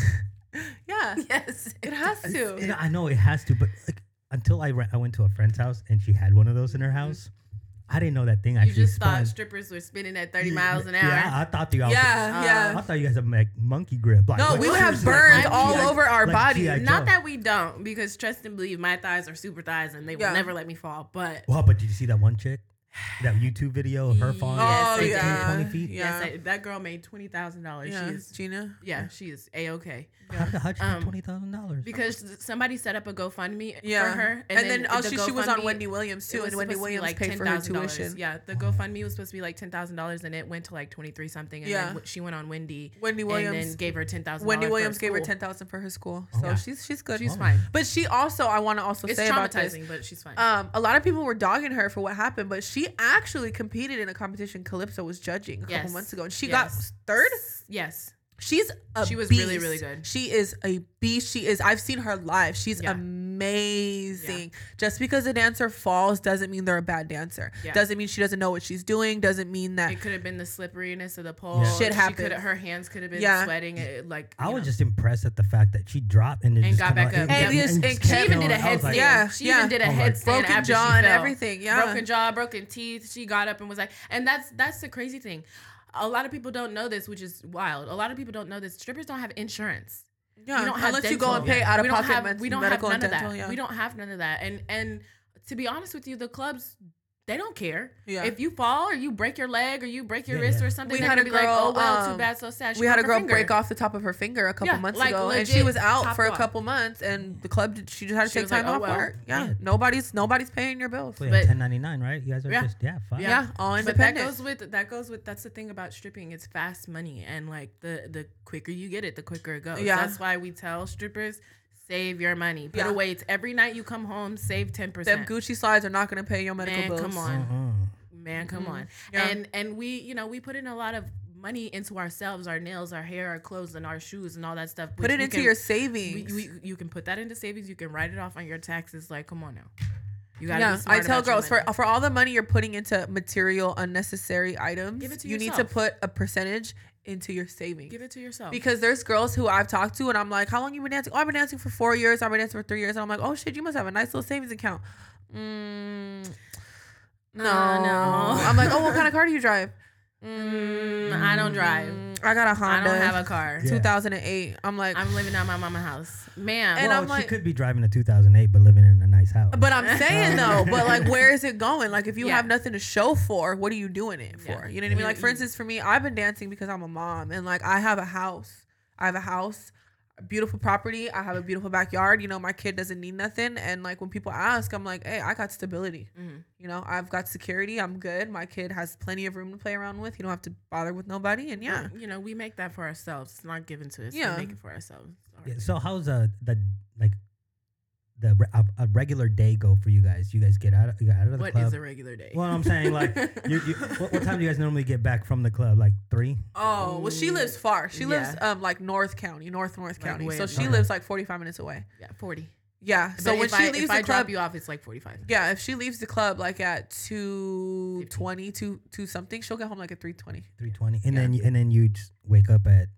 Speaker 2: yeah,
Speaker 3: yes.
Speaker 2: it has
Speaker 1: You
Speaker 2: to.
Speaker 1: know, I know it has to, but like, until I, re- I went to a friend's house and she had one of those in her house, I didn't know that thing
Speaker 3: Mm-hmm. You
Speaker 1: actually
Speaker 3: just
Speaker 1: spun.
Speaker 3: thought strippers were spinning at 30
Speaker 1: Yeah,
Speaker 3: miles an hour.
Speaker 1: Yeah, I thought you. I was-
Speaker 2: Yeah,
Speaker 1: I
Speaker 2: yeah.
Speaker 1: thought you guys had like monkey grip. Like,
Speaker 2: No,
Speaker 1: like,
Speaker 2: we would have
Speaker 1: seriously, like
Speaker 2: burns
Speaker 1: monkey,
Speaker 2: all
Speaker 1: like-
Speaker 2: over our
Speaker 1: like
Speaker 2: body.
Speaker 1: GI Joe.
Speaker 3: Not that we don't, because trust and believe, my thighs are super thighs, and they will
Speaker 2: Yeah.
Speaker 3: never let me fall. But
Speaker 1: Well, but did you see that one chick? That YouTube video of her falling
Speaker 3: Yes,
Speaker 2: Oh
Speaker 3: I did.
Speaker 2: yeah,
Speaker 1: 20 feet?
Speaker 2: yeah.
Speaker 3: yes, I, that girl made twenty thousand dollars.
Speaker 2: yeah.
Speaker 3: She is,
Speaker 2: Gina.
Speaker 3: yeah, she is a okay
Speaker 1: How did how did she get
Speaker 3: Um,
Speaker 1: twenty thousand dollars?
Speaker 3: because somebody set up a GoFundMe
Speaker 2: Yeah,
Speaker 3: for her,
Speaker 2: and, then, oh,
Speaker 3: the
Speaker 2: she, she was on
Speaker 3: GoFundMe-
Speaker 2: Wendy Williams
Speaker 3: it
Speaker 2: too,
Speaker 3: was
Speaker 2: and Wendy
Speaker 3: supposed to be
Speaker 2: Williams paid for her
Speaker 3: $10,000.
Speaker 2: tuition.
Speaker 3: Yeah, the GoFundMe was supposed to be like ten thousand dollars, and it went to like twenty three something. And
Speaker 2: Yeah.
Speaker 3: then w- she went on Wendy,
Speaker 2: Wendy Williams.
Speaker 3: and then gave her ten thousand.
Speaker 2: Wendy Williams gave her ten thousand for her school, so
Speaker 1: Yeah.
Speaker 2: she's she's good.
Speaker 3: She's
Speaker 1: Oh.
Speaker 3: fine.
Speaker 2: But she also, I want to also
Speaker 3: It's
Speaker 2: say about this.
Speaker 3: traumatizing, but she's fine.
Speaker 2: Um, a lot of people were dogging her for what happened, but she actually competed in a competition Calypso was judging a couple
Speaker 3: Yes.
Speaker 2: months ago, and she
Speaker 3: Yes.
Speaker 2: got third.
Speaker 3: yes,
Speaker 2: She's a
Speaker 3: She was really,
Speaker 2: beast.
Speaker 3: really good.
Speaker 2: She is a beast. She is. I've seen her live. She's
Speaker 3: Yeah.
Speaker 2: amazing. Just because a dancer falls doesn't mean they're a bad dancer.
Speaker 3: Yeah.
Speaker 2: Doesn't mean she doesn't know what she's doing. Doesn't mean that.
Speaker 3: It could have been the slipperiness of the pole.
Speaker 2: Shit
Speaker 3: She coulda-
Speaker 2: happens.
Speaker 3: Her hands could have been
Speaker 2: Yeah.
Speaker 3: sweating. It, like
Speaker 1: I
Speaker 3: you
Speaker 1: was
Speaker 3: know.
Speaker 1: just impressed at the fact that she dropped and then
Speaker 3: And
Speaker 1: just
Speaker 3: got
Speaker 1: come out
Speaker 3: back up.
Speaker 2: And just- and
Speaker 3: She
Speaker 2: kept
Speaker 1: kept
Speaker 3: even did a
Speaker 1: going. I was
Speaker 3: headstand.
Speaker 1: like,
Speaker 2: Yeah,
Speaker 3: she
Speaker 2: yeah.
Speaker 3: even did a
Speaker 1: Oh my
Speaker 3: headstand
Speaker 2: Broken
Speaker 3: after
Speaker 2: jaw
Speaker 3: she
Speaker 2: and
Speaker 3: fell.
Speaker 2: everything, yeah.
Speaker 3: broken jaw, broken teeth. She got up and was like, and that's that's the crazy thing. A lot of people don't know this, which is wild. A lot of people don't know this. Strippers don't have insurance.
Speaker 2: yeah.
Speaker 3: We don't have
Speaker 2: Unless you go
Speaker 3: dental.
Speaker 2: and pay
Speaker 1: Yeah.
Speaker 2: out of
Speaker 3: we don't
Speaker 2: pocket
Speaker 3: have
Speaker 2: meds-
Speaker 3: we don't have
Speaker 2: medical
Speaker 3: none
Speaker 2: and
Speaker 3: of
Speaker 2: dental.
Speaker 3: that.
Speaker 2: Yeah.
Speaker 3: We don't have none of that. And and to be honest with you, the clubs they don't care.
Speaker 2: Yeah.
Speaker 3: If you fall or you break your leg or you break your
Speaker 1: Yeah,
Speaker 3: wrist
Speaker 1: yeah.
Speaker 3: or something,
Speaker 2: We
Speaker 3: they're
Speaker 2: had
Speaker 3: gonna
Speaker 2: a
Speaker 3: be like,
Speaker 2: girl,
Speaker 3: oh well,
Speaker 2: um,
Speaker 3: too bad, so sad. She
Speaker 2: we had a
Speaker 3: broke her
Speaker 2: girl
Speaker 3: finger.
Speaker 2: break off the top of her finger a couple
Speaker 3: Yeah,
Speaker 2: months
Speaker 3: like,
Speaker 2: ago, and she
Speaker 3: legit
Speaker 2: was out
Speaker 3: top
Speaker 2: for a
Speaker 3: off.
Speaker 2: couple months, and the club did- she just had to
Speaker 3: She
Speaker 2: take
Speaker 3: was like,
Speaker 2: time
Speaker 3: "Oh,
Speaker 2: off
Speaker 3: well."
Speaker 2: work. Yeah.
Speaker 1: Yeah.
Speaker 2: nobody's nobody's paying your bills.
Speaker 1: Wait,
Speaker 3: But-
Speaker 1: 1099, right? You guys are
Speaker 3: Yeah.
Speaker 1: just yeah, fine.
Speaker 2: Yeah,
Speaker 3: Yeah.
Speaker 2: all
Speaker 3: But that
Speaker 2: independent.
Speaker 3: goes with that goes with that's the thing about stripping. It's fast money, and like the the quicker you get it, the quicker it goes.
Speaker 2: Yeah.
Speaker 3: That's why we tell strippers save your money, put
Speaker 2: Yeah.
Speaker 3: away. It's every night you come home, save ten
Speaker 2: Them
Speaker 3: percent.
Speaker 2: Gucci slides are not going to pay your medical
Speaker 3: Man,
Speaker 2: bills.
Speaker 3: come on.
Speaker 1: Mm.
Speaker 3: Man, come on.
Speaker 2: Mm-hmm. Yeah.
Speaker 3: And and we you know we put in a lot of money into ourselves, our nails, our hair, our clothes, and our shoes, and all that stuff.
Speaker 2: Put
Speaker 3: which
Speaker 2: it
Speaker 3: we
Speaker 2: into
Speaker 3: can-
Speaker 2: your
Speaker 3: We,
Speaker 2: savings.
Speaker 3: we, you can put that into savings. You can write it off on your taxes. Like, come on now. You gotta
Speaker 2: yeah,
Speaker 3: be smart
Speaker 2: I tell
Speaker 3: about your
Speaker 2: girls for
Speaker 3: money.
Speaker 2: for all the money you're putting into material unnecessary items,
Speaker 3: Give it to
Speaker 2: you need to
Speaker 3: yourself.
Speaker 2: put a percentage into your savings.
Speaker 3: give it to yourself.
Speaker 2: because there's girls who I've talked to and I'm like, how long you been dancing? Oh, I've been dancing for four years. I've been dancing for three years. And I'm like, oh shit, you must have a nice little savings account. Mm, no,
Speaker 3: no.
Speaker 2: I'm like, oh, what kind of car do you drive?
Speaker 3: Mm, I don't drive.
Speaker 2: Mm, I got a
Speaker 3: I
Speaker 2: Honda.
Speaker 3: don't have a car.
Speaker 1: Yeah.
Speaker 2: 2008. I'm like,
Speaker 3: I'm living at my mama house, ma'am.
Speaker 2: And
Speaker 1: well,
Speaker 2: I'm like-
Speaker 1: she could be driving a 2008 but living in a nice house.
Speaker 2: but I'm saying though, but like, where is it going? Like, if you
Speaker 3: Yeah.
Speaker 2: have nothing to show for, what are you doing it for?
Speaker 3: Yeah.
Speaker 2: You know what I mean?
Speaker 3: You-
Speaker 2: Like, for
Speaker 3: you-
Speaker 2: instance, for me, I've been dancing because I'm a mom and like I have a house. I have a house, a beautiful property. I have a beautiful backyard. You know, my kid doesn't need nothing. And like, when people ask, I'm like, hey, I got stability.
Speaker 3: Mhm.
Speaker 2: You know, I've got security. I'm good. My kid has plenty of room to play around with. You don't have to bother with nobody. And yeah.
Speaker 3: you know, we make that for ourselves. It's not given to us.
Speaker 2: Yeah.
Speaker 3: We make it for ourselves.
Speaker 1: Yeah, so how's uh, the like the re- a, a regular day go for you guys? You guys get out of, you got out of the
Speaker 3: What
Speaker 1: club.
Speaker 3: is a regular day?
Speaker 1: well, I'm saying like you, you, what, what time do you guys normally get back from the club? Like three.
Speaker 2: Oh, well, she lives far. She lives
Speaker 3: Yeah.
Speaker 2: um like North County, North North
Speaker 3: Like
Speaker 2: County.
Speaker 3: way
Speaker 2: so
Speaker 3: up
Speaker 2: she
Speaker 1: north.
Speaker 2: lives like 45 minutes away.
Speaker 3: yeah, forty.
Speaker 2: Yeah. So
Speaker 3: But
Speaker 2: when
Speaker 3: if
Speaker 2: she
Speaker 3: I,
Speaker 2: leaves
Speaker 3: if
Speaker 2: the
Speaker 3: I
Speaker 2: club,
Speaker 3: drop you off, it's like forty-five.
Speaker 2: yeah, if she leaves the club like at 220, 2, 2 something, she'll get home like at 320.
Speaker 1: Three twenty, and then and then you just wake up at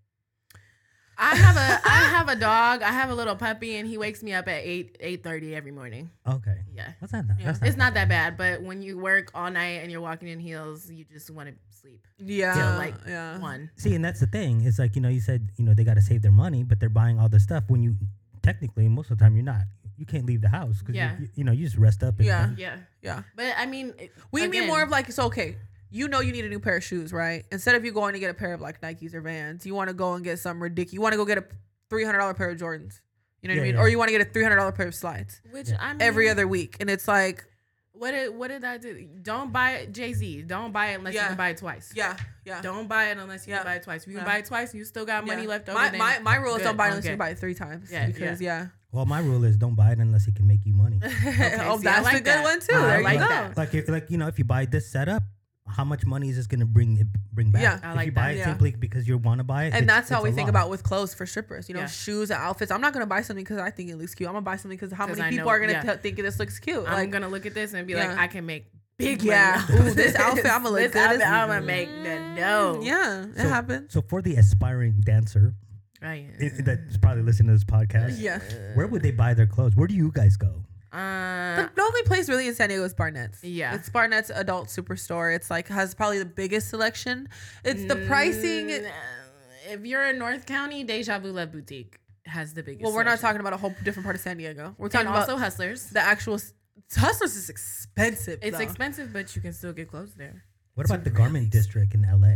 Speaker 3: I have a I have a dog. I have a little puppy, and he wakes me up at eight eight thirty every morning.
Speaker 1: okay.
Speaker 3: Yeah,
Speaker 1: What's that? That's not
Speaker 3: it's not that bad. But when you work all night and you're walking in heels, you just want to sleep.
Speaker 2: Yeah.
Speaker 3: Till like
Speaker 2: yeah.
Speaker 3: one.
Speaker 1: See, and that's the thing. It's like you know, you said you know they got to save their money, but they're buying all this stuff when you technically most of the time you're not. You can't leave the house because
Speaker 3: Yeah.
Speaker 1: you, you know you just rest up. And,
Speaker 2: Yeah.
Speaker 3: Yeah,
Speaker 2: Yeah.
Speaker 3: but I mean, it-
Speaker 2: We mean
Speaker 3: again,
Speaker 2: more of like, it's okay. You know you need a new pair of shoes, right? Instead of you going to get a pair of like Nikes or Vans, you want to go and get some ridiculous. You want to go get a $300 pair of Jordans. You know what
Speaker 1: Yeah,
Speaker 2: I mean?
Speaker 1: yeah.
Speaker 2: Or you want to get a $300 pair of slides
Speaker 3: which
Speaker 1: Yeah.
Speaker 3: I mean,
Speaker 2: every other week. And it's like,
Speaker 3: What did what did I do? Don't buy Jay Z. Don't buy it unless
Speaker 2: Yeah.
Speaker 3: you can buy it twice.
Speaker 2: yeah, yeah.
Speaker 3: Don't buy it unless you
Speaker 2: Yeah.
Speaker 3: can buy it twice. If you can
Speaker 2: Yeah.
Speaker 3: buy it twice, you still got money
Speaker 2: Yeah.
Speaker 3: left over.
Speaker 2: My,
Speaker 3: then
Speaker 2: my, my rule is
Speaker 3: good,
Speaker 2: don't buy it
Speaker 3: I'm
Speaker 2: unless you
Speaker 3: good.
Speaker 2: buy it three times.
Speaker 3: Yeah,
Speaker 2: because, yeah.
Speaker 1: Well, my rule is don't buy it unless it can make you money.
Speaker 2: oh,
Speaker 3: see, I
Speaker 2: that's
Speaker 3: like
Speaker 2: a good
Speaker 3: that.
Speaker 2: one too.
Speaker 3: I
Speaker 2: there you
Speaker 3: like
Speaker 2: go.
Speaker 3: that.
Speaker 1: like if, like you know if you buy this setup how much money is this going to bring it bring back
Speaker 2: Yeah.
Speaker 3: I
Speaker 1: if
Speaker 3: like
Speaker 1: you
Speaker 3: that.
Speaker 1: buy it
Speaker 2: Yeah.
Speaker 1: simply because you want to buy it it's-
Speaker 2: And that's how
Speaker 1: it's
Speaker 2: we
Speaker 1: a
Speaker 2: think
Speaker 1: lot.
Speaker 2: about with clothes for strippers. You know,
Speaker 3: Yeah.
Speaker 2: shoes and outfits. I'm not gonna buy something because I think it looks cute. I'm gonna buy something because how
Speaker 3: 'Cause
Speaker 2: many
Speaker 3: I
Speaker 2: people
Speaker 3: know-
Speaker 2: are gonna
Speaker 3: yeah.
Speaker 2: tell- think this looks cute?
Speaker 3: I'm
Speaker 2: like,
Speaker 3: gonna look at this and be like,
Speaker 2: Yeah.
Speaker 3: I can make big
Speaker 2: Yeah.
Speaker 3: money. off
Speaker 2: Ooh, this outfit, I'ma look
Speaker 3: This
Speaker 2: good as-
Speaker 3: outfit, I'm gonna make the dough.
Speaker 2: yeah, it
Speaker 1: So-
Speaker 2: happens.
Speaker 1: so for the aspiring dancer
Speaker 3: Right.
Speaker 1: i- that's probably listening to this podcast
Speaker 2: Yeah.
Speaker 1: where would they buy their clothes where do you guys go
Speaker 3: Uh,
Speaker 2: The only place really in San Diego is Barnett's.
Speaker 3: Yeah.
Speaker 2: It's Barnett's adult superstore. It's like has probably the biggest selection. It's the pricing.
Speaker 3: mm, If you're in North County, Deja Vu Love Boutique has the biggest.
Speaker 2: well, we're not
Speaker 3: selection.
Speaker 2: talking about a whole different part of San Diego. We're
Speaker 3: And
Speaker 2: talking
Speaker 3: also
Speaker 2: about
Speaker 3: Hustlers.
Speaker 2: the actual. s- Hustlers is expensive.
Speaker 3: It's
Speaker 2: though.
Speaker 3: expensive, but you can still get clothes there.
Speaker 1: what about the garment district in la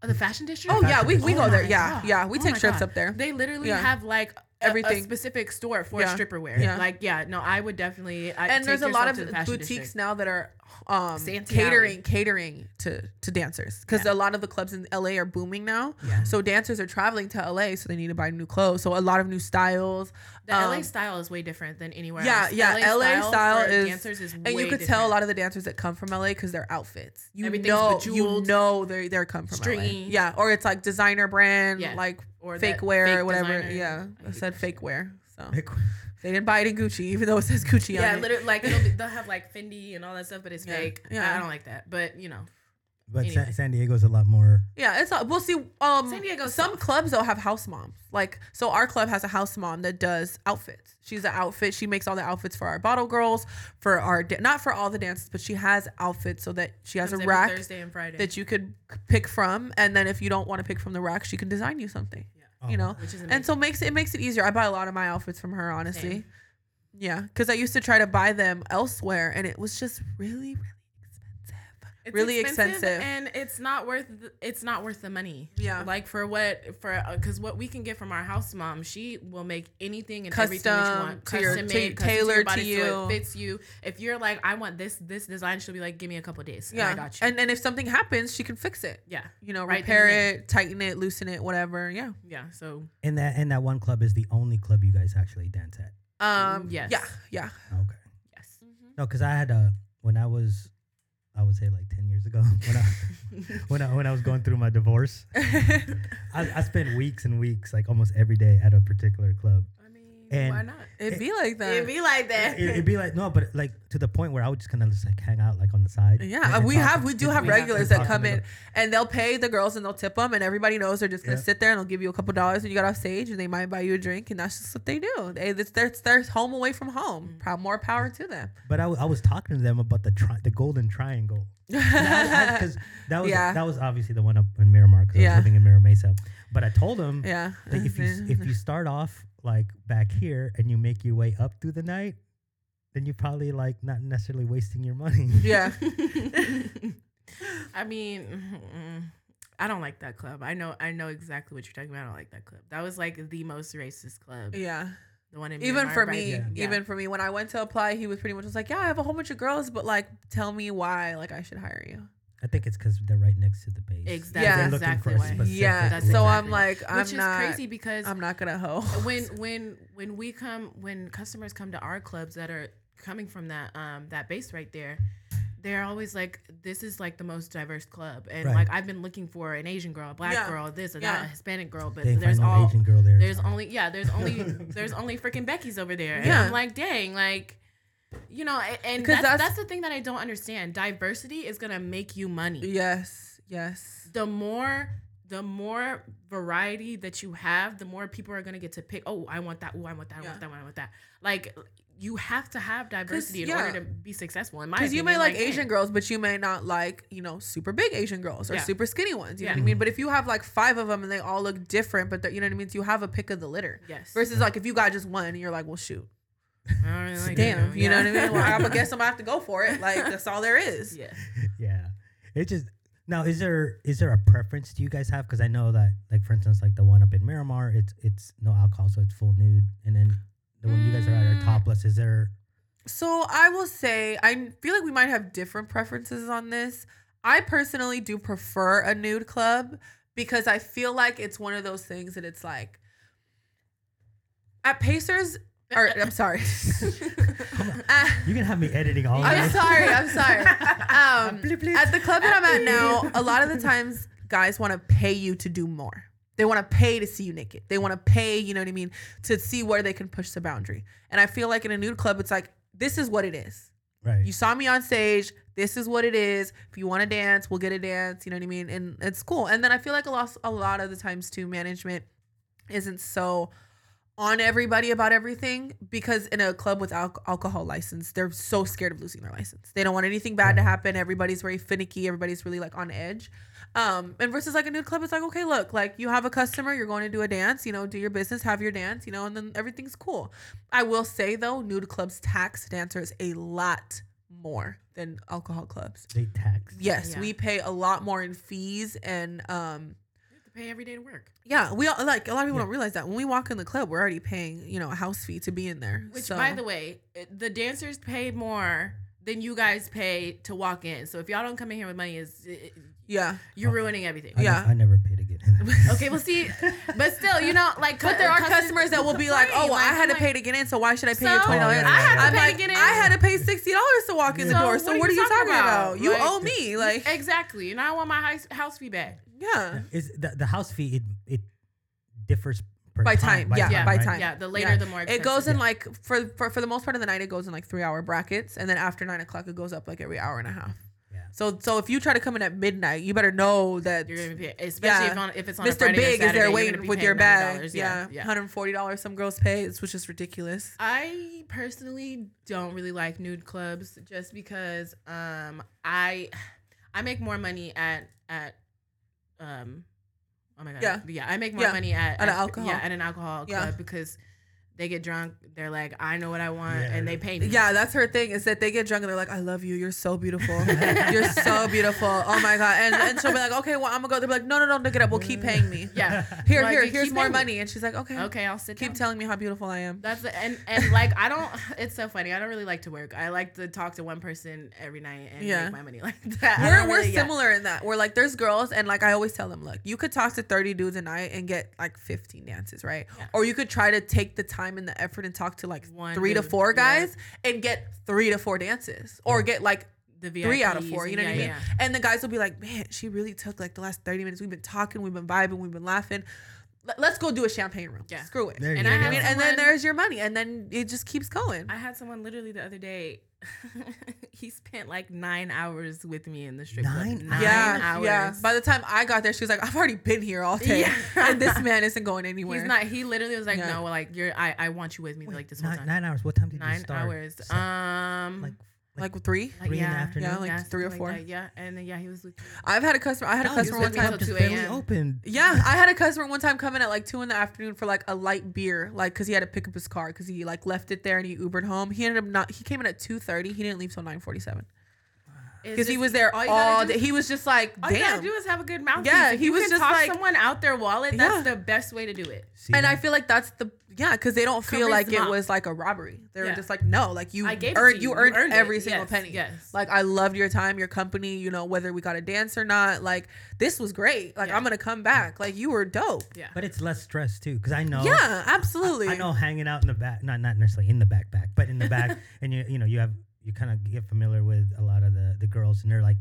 Speaker 3: Oh, the fashion district.
Speaker 2: Oh yeah, we, we
Speaker 1: Oh
Speaker 2: go there.
Speaker 3: my
Speaker 2: Yeah,
Speaker 3: God.
Speaker 2: yeah, we
Speaker 3: Oh
Speaker 2: take
Speaker 3: my
Speaker 2: trips
Speaker 3: God.
Speaker 2: up there.
Speaker 3: They literally
Speaker 2: Yeah.
Speaker 3: have like a,
Speaker 2: Everything.
Speaker 3: a specific store for
Speaker 2: Yeah.
Speaker 3: stripper wear.
Speaker 2: Yeah.
Speaker 3: Like yeah, no, I would definitely. I
Speaker 2: and there's a lot of boutiques
Speaker 3: now.
Speaker 2: now that are um,
Speaker 3: Santee
Speaker 2: catering
Speaker 3: Alley.
Speaker 2: catering to to dancers because
Speaker 3: Yeah.
Speaker 2: a lot of the clubs in LA are booming now.
Speaker 1: Yeah.
Speaker 2: So dancers are traveling to LA, so they need to buy new clothes. So a lot of new styles.
Speaker 3: The LA
Speaker 2: um,
Speaker 3: style is way different than anywhere
Speaker 2: yeah,
Speaker 3: else.
Speaker 2: yeah. LA, style
Speaker 3: for
Speaker 2: is,
Speaker 3: dancers is
Speaker 2: and
Speaker 3: way
Speaker 2: you could
Speaker 3: different.
Speaker 2: tell a lot of the dancers that come from LA because their outfits. You
Speaker 3: Everything's
Speaker 2: know, you
Speaker 3: bejeweled,
Speaker 2: know they they come from LA.
Speaker 3: stringy.
Speaker 2: Yeah, or it's like designer brand,
Speaker 3: Yeah.
Speaker 2: like
Speaker 3: or
Speaker 2: fake
Speaker 3: that
Speaker 2: wear
Speaker 3: fake
Speaker 2: or whatever.
Speaker 3: designer.
Speaker 2: Yeah,
Speaker 3: I
Speaker 2: I
Speaker 3: hate
Speaker 2: said
Speaker 3: that
Speaker 2: fake
Speaker 3: shit.
Speaker 2: wear. So
Speaker 1: Like,
Speaker 2: they didn't buy it in Gucci, even though it says Gucci
Speaker 3: Yeah,
Speaker 2: on it.
Speaker 3: literally, like it'll be, they'll have like Fendi and all that stuff, but it's
Speaker 2: Yeah.
Speaker 3: fake.
Speaker 2: Yeah.
Speaker 3: I don't like that, but you know,
Speaker 1: but Sa-
Speaker 3: Anyway.
Speaker 1: San Diego's a lot more.
Speaker 2: Yeah, it's all, we'll see. Um,
Speaker 3: San Diego's
Speaker 2: Some
Speaker 3: soft.
Speaker 2: clubs though have house moms. Like, so our club has a house mom that does outfits. She's an outfit. She makes all the outfits for our bottle girls, for our da- not for all the dances, but she has outfits so that she has
Speaker 3: Comes
Speaker 2: a
Speaker 3: every
Speaker 2: rack
Speaker 3: Thursday and Friday,
Speaker 2: that you could pick from. And then if you don't want to pick from the rack, she can design you something.
Speaker 1: Oh,
Speaker 2: you know,
Speaker 3: which is amazing.
Speaker 2: and so makes it makes it easier. I buy a lot of my outfits from her, honestly.
Speaker 3: Same.
Speaker 2: Yeah, because I used to try to buy them elsewhere, and it was just really, really expensive.
Speaker 3: It's
Speaker 2: really expensive.
Speaker 3: and it's not worth the, it's not worth the money.
Speaker 2: Yeah.
Speaker 3: like for what for because what we can get from our house mom, she will make anything and everything that you
Speaker 2: Custom
Speaker 3: want,
Speaker 2: to your-
Speaker 3: custom
Speaker 2: to-
Speaker 3: made, custom
Speaker 2: tailored to
Speaker 3: body, so
Speaker 2: you.
Speaker 3: it fits you. If you're like, I want this this design, she'll be like, give me a couple days.
Speaker 2: Yeah,
Speaker 3: Yeah, and I got you.
Speaker 2: Um, and and if something happens, she can fix it.
Speaker 3: yeah,
Speaker 2: you know,
Speaker 3: Right then
Speaker 2: repair
Speaker 3: and
Speaker 2: it, tighten it, loosen it, whatever. Yeah.
Speaker 3: yeah. So
Speaker 1: And that and that one club is the only club you guys actually dance at.
Speaker 2: Um.
Speaker 3: yes.
Speaker 2: Yeah. Yeah.
Speaker 1: Okay.
Speaker 3: yes,
Speaker 1: No, because I had a when I was, I would say like ten years ago when I when I when I was going through my divorce, I, I spent weeks and weeks like almost every day at a particular club.
Speaker 3: I mean,
Speaker 1: And-
Speaker 3: why not?
Speaker 2: It'd be like that.
Speaker 3: It'd be like that.
Speaker 1: It, would be like no, but like to the point where I would just kind of just like hang out like on the side. and-
Speaker 2: yeah,
Speaker 1: and
Speaker 2: we
Speaker 1: talk-
Speaker 2: have we do have
Speaker 3: we have
Speaker 2: regulars
Speaker 1: to
Speaker 2: that
Speaker 1: talk
Speaker 2: come
Speaker 1: to
Speaker 2: in
Speaker 1: them.
Speaker 2: and they'll pay the girls and they'll tip them and everybody knows they're just gonna
Speaker 1: Yeah.
Speaker 2: sit there and they'll give you a couple dollars when you get off stage and they might buy you a drink and that's just what they do. They it's their, it's their home away from home.
Speaker 3: Mm.
Speaker 2: Prow- More power to them.
Speaker 1: But I, w- I was talking to them about the tri- the golden triangle. Because that was
Speaker 2: Yeah.
Speaker 1: that was obviously the one up in Miramar because I
Speaker 2: Yeah.
Speaker 1: was living in Miramar Mesa. But I told them
Speaker 2: yeah.
Speaker 1: that if you s- if you start off like back here and you make your way up through the night, then you're probably like not necessarily wasting your money.
Speaker 2: yeah.
Speaker 3: I mean, mm, I don't like that club. I know, I know exactly what you're talking about. I don't like that club. That was like the most racist club.
Speaker 2: Yeah.
Speaker 3: The one in
Speaker 2: E, even
Speaker 3: Miramar
Speaker 2: for
Speaker 3: by-
Speaker 2: me,
Speaker 1: Yeah.
Speaker 2: even for me, when I went to apply, he was pretty much just like, "Yeah, I have a whole bunch of girls, but like, tell me why, like, I should hire you."
Speaker 1: I think it's because they're right next to the base.
Speaker 2: Yeah.
Speaker 3: Ex- that's
Speaker 2: They're
Speaker 1: looking
Speaker 3: exactly
Speaker 1: for a
Speaker 3: why.
Speaker 1: specific
Speaker 2: Yeah,
Speaker 1: That's
Speaker 2: so
Speaker 1: exactly
Speaker 2: I'm like, I'm
Speaker 3: which
Speaker 2: not,
Speaker 3: is crazy because
Speaker 2: I'm not gonna hoe.
Speaker 3: when when when we come when customers come to our clubs that are coming from that um that base right there they're always like this is like the most diverse club and
Speaker 1: Right.
Speaker 3: like i've been looking for an asian girl a black
Speaker 2: Yeah.
Speaker 3: girl this or
Speaker 2: Yeah.
Speaker 3: that a hispanic girl but
Speaker 1: They ain't
Speaker 3: there's
Speaker 1: find no
Speaker 3: all
Speaker 1: Asian girl there.
Speaker 3: there's only yeah there's only there's only freaking becky's over there and
Speaker 2: Yeah.
Speaker 3: i'm like dang like you know a- and
Speaker 2: Because
Speaker 3: that's,
Speaker 2: that's-
Speaker 3: that's the thing that i don't understand diversity is gonna make you money
Speaker 2: yes, yes,
Speaker 3: the more the more variety that you have, the more people are gonna get to pick. Oh, I want that. Oh, I want that. I
Speaker 2: Yeah.
Speaker 3: want that. I want that. Like you have to have diversity in
Speaker 2: yeah.
Speaker 3: order to be successful. In my
Speaker 2: because you may like
Speaker 3: opinion. man,
Speaker 2: Asian girls, but you may not like, you know, super big Asian girls or
Speaker 3: Yeah.
Speaker 2: super skinny ones. You know
Speaker 3: Yeah.
Speaker 2: what I mean? But if you have like five of them and they all look different, but they're- you know what I mean, so you have a pick of the litter.
Speaker 3: Yes.
Speaker 2: Versus like if you got just one, and you're like, well, shoot,
Speaker 3: I don't really like
Speaker 2: damn, you know
Speaker 3: yeah.
Speaker 2: what I mean? Well, I'm gonna guess I'm gonna have to go for it. Like that's all there is.
Speaker 3: yeah.
Speaker 1: yeah. It just now is there is there a preference do you guys have? Because I know that like for instance like the one up in Miramar, it's it's no alcohol, so it's full nude, and then the one you guys are at
Speaker 2: Mm.
Speaker 1: are topless. Is there?
Speaker 2: So I will say I feel like we might have different preferences on this. I personally do prefer a nude club because I feel like it's one of those things that it's like at Pacers or I'm sorry. Uh,
Speaker 1: You can have me editing all of
Speaker 2: I'm
Speaker 1: this.
Speaker 2: sorry. I'm sorry.
Speaker 1: Bleep,
Speaker 2: Um,
Speaker 1: bleep.
Speaker 2: at the club that I'm at now, a lot of the times guys want to pay you to do more. They want to pay to see you naked. They want to pay, you know what I mean, to see where they can push the boundary. And I feel like in a nude club, it's like, this is what it is.
Speaker 1: Right.
Speaker 2: You saw me on stage. This is what it is. If you want to dance, we'll get a dance. You know what I mean? And it's cool. And then I feel like a lot, a lot of the times too, management isn't so on everybody about everything because in a club with al- alcohol license, they're so scared of losing their license. They don't want anything bad to happen. Everybody's very finicky. Everybody's really like on edge. Um, and versus like a nude club, it's like, okay, look, like you have a customer, you're going to do a dance, you know, do your business, have your dance, you know, and then everything's cool. I will say though, nude clubs tax dancers a lot more than alcohol clubs.
Speaker 1: they tax.
Speaker 2: Yes,
Speaker 3: Yeah.
Speaker 2: we pay a lot more in fees and um,
Speaker 3: You have to pay every day to work,
Speaker 2: yeah, we all, like a lot of people
Speaker 1: Yeah.
Speaker 2: don't realize that when we walk in the club, we're already paying you know a house fee to be in there.
Speaker 3: which
Speaker 2: so,
Speaker 3: by the way, it- the dancers pay more than you guys pay to walk in. So if y'all don't come in here with money, is
Speaker 2: yeah,
Speaker 3: you're ruining everything.
Speaker 1: I ne-
Speaker 2: yeah.
Speaker 1: I never paid to get in.
Speaker 3: Okay, well, see, but still, you know, like,
Speaker 2: but there are customers that will be like, oh, well, I had to pay to get in, so why should I pay you
Speaker 3: So,
Speaker 2: twenty dollars?
Speaker 1: I had to
Speaker 2: I'm
Speaker 3: pay to
Speaker 2: like,
Speaker 3: get in.
Speaker 2: I had to pay sixty dollars to walk in the
Speaker 3: So
Speaker 2: door. So what are you talking, about? You
Speaker 3: Like-
Speaker 2: owe me, like
Speaker 3: Exactly, and I want my house, house fee back.
Speaker 2: yeah,
Speaker 1: Is the, the house fee it it differs per
Speaker 2: By time, yeah, by
Speaker 1: right?
Speaker 2: time.
Speaker 3: Yeah, the later
Speaker 2: Yeah.
Speaker 3: the more
Speaker 2: It goes
Speaker 3: expensive.
Speaker 2: in like for, for for the most part of the night, it goes in like three hour brackets, and then after nine o'clock, it goes up like every hour and a half.
Speaker 1: Yeah.
Speaker 2: So so if you try to come in at midnight, you better know that
Speaker 3: You're gonna be pay- especially
Speaker 2: Yeah.
Speaker 3: if, on, if it's on a
Speaker 2: Mr.
Speaker 3: Friday
Speaker 2: Big
Speaker 3: or Saturday,
Speaker 2: is there
Speaker 3: you're gonna
Speaker 2: waiting
Speaker 3: be
Speaker 2: with
Speaker 3: paying
Speaker 2: your bag.
Speaker 3: $90.
Speaker 2: Yeah,
Speaker 3: yeah.
Speaker 2: hundred and forty dollars some girls pay, it's- which is ridiculous.
Speaker 3: I personally don't really like nude clubs just because um I I make more money at at um oh my god
Speaker 2: Yeah.
Speaker 3: I make more
Speaker 2: Yeah.
Speaker 3: money at,
Speaker 2: At an alcohol.
Speaker 3: yeah at an alcohol
Speaker 2: Yeah.
Speaker 3: club because they get drunk they're like I know what I want
Speaker 1: Yeah.
Speaker 3: and they pay me
Speaker 2: Yeah, that's her thing. Is that they get drunk and they're like, "I love you. You're so beautiful. You're so beautiful. Oh my god!" And, and she'll be like, "Okay, well, I'm gonna go." They'll be like, "No, no, no, look it up. Well, keep paying me.
Speaker 3: yeah
Speaker 2: Here,
Speaker 3: Like,
Speaker 2: here,
Speaker 3: they
Speaker 2: here's
Speaker 3: keep
Speaker 2: more
Speaker 3: paying me.
Speaker 2: money." And she's like, "Okay,
Speaker 3: okay I'll sit
Speaker 2: keep
Speaker 3: down.
Speaker 2: telling me how beautiful I am."
Speaker 3: That's and and like I don't. It's so funny. I don't really like to work. I like to talk to one person every night and
Speaker 2: Yeah.
Speaker 3: make my money like that. I
Speaker 2: We're,
Speaker 3: don't
Speaker 2: we're
Speaker 3: really- yeah.
Speaker 2: similar in that. We're like, there's girls, and like I always tell them, look, you could talk to 30 dudes a night and get like 15 dances, right? Or you could try to take the time and the effort and talk to like
Speaker 3: One
Speaker 2: three to
Speaker 3: dude,
Speaker 2: four
Speaker 3: yeah.
Speaker 2: guys and get three to four dances, or get like
Speaker 3: The
Speaker 2: three out of
Speaker 3: VIPs
Speaker 2: four. You
Speaker 3: and
Speaker 2: know what I
Speaker 3: yeah,
Speaker 2: mean?
Speaker 3: yeah.
Speaker 2: And the guys will be like, man, she really took like the last 30 minutes. We've been talking, we've been vibing, we've been laughing. L- let's go do a champagne room.
Speaker 3: Yeah.
Speaker 2: Screw it.
Speaker 1: There you
Speaker 3: And
Speaker 1: go.
Speaker 3: I
Speaker 2: I
Speaker 3: have
Speaker 2: mean, and then
Speaker 3: someone-
Speaker 2: there's your money, and then it just keeps going.
Speaker 3: I had someone literally the other day. he spent like nine hours with me in the strip
Speaker 1: Nine
Speaker 3: club. Nine
Speaker 2: yeah,
Speaker 3: hours.
Speaker 2: yeah. By the time I got there, she was like, "I've already been here all day,
Speaker 3: Yeah.
Speaker 2: and this man isn't going anywhere."
Speaker 3: he's not. He literally was like,
Speaker 2: Yeah.
Speaker 3: no, like you're. I I want you with me like this whole
Speaker 1: nine,
Speaker 3: time.
Speaker 1: nine hours. What time did you
Speaker 3: Nine
Speaker 1: start?
Speaker 3: hours.
Speaker 1: So,
Speaker 3: Um.
Speaker 1: like
Speaker 2: like three.
Speaker 3: like,
Speaker 1: three in the afternoon?
Speaker 2: Yeah, like three or
Speaker 3: something
Speaker 2: four.
Speaker 3: that, yeah, and then, yeah, he was with.
Speaker 2: I've had a customer. I had a
Speaker 1: oh,
Speaker 2: customer
Speaker 1: your
Speaker 2: one
Speaker 3: just
Speaker 2: time.
Speaker 1: club
Speaker 3: till
Speaker 1: just
Speaker 3: 2
Speaker 1: barely
Speaker 3: a.m.
Speaker 1: opened.
Speaker 2: Yeah, I had a customer one time coming at like two in the afternoon for like a light beer, like because he had to pick up his car because he like left it there and he Ubered home. He ended up not. He came in at two thirty. He didn't leave till nine forty seven
Speaker 3: It's
Speaker 2: because he
Speaker 3: just- Oh,
Speaker 2: was there all,
Speaker 3: you gotta do
Speaker 2: day.
Speaker 3: is-
Speaker 2: He was just like,
Speaker 3: All you
Speaker 2: damn.
Speaker 3: gotta do is have a good mouthpiece.
Speaker 2: Yeah,
Speaker 3: If
Speaker 2: he
Speaker 3: you
Speaker 2: was
Speaker 3: can
Speaker 2: just
Speaker 3: talk
Speaker 2: like-
Speaker 3: someone out their wallet. That's
Speaker 2: Yeah.
Speaker 3: the best way to do it.
Speaker 1: See
Speaker 2: and I
Speaker 1: that?
Speaker 2: feel like that's the yeah, because they don't feel like it
Speaker 3: Charisma.
Speaker 2: was like a robbery. They were
Speaker 3: Yeah.
Speaker 2: just like, no, like you
Speaker 3: I gave it to
Speaker 2: earned you,
Speaker 3: you. You
Speaker 2: earned,
Speaker 3: earned it.
Speaker 2: every single
Speaker 3: Yes,
Speaker 2: penny.
Speaker 3: yes.
Speaker 2: Like I loved your time, your company. You know whether we got a dance or not. Like this was great. Like
Speaker 3: Yeah.
Speaker 2: I'm gonna come back. Like you were dope.
Speaker 3: Yeah.
Speaker 1: but it's less stress too, because I know.
Speaker 2: Yeah, absolutely.
Speaker 1: I know hanging out in the back, not not necessarily in the backpack, but in the back, and you you know you have you kind of get familiar with a lot of the the girls, and they're like,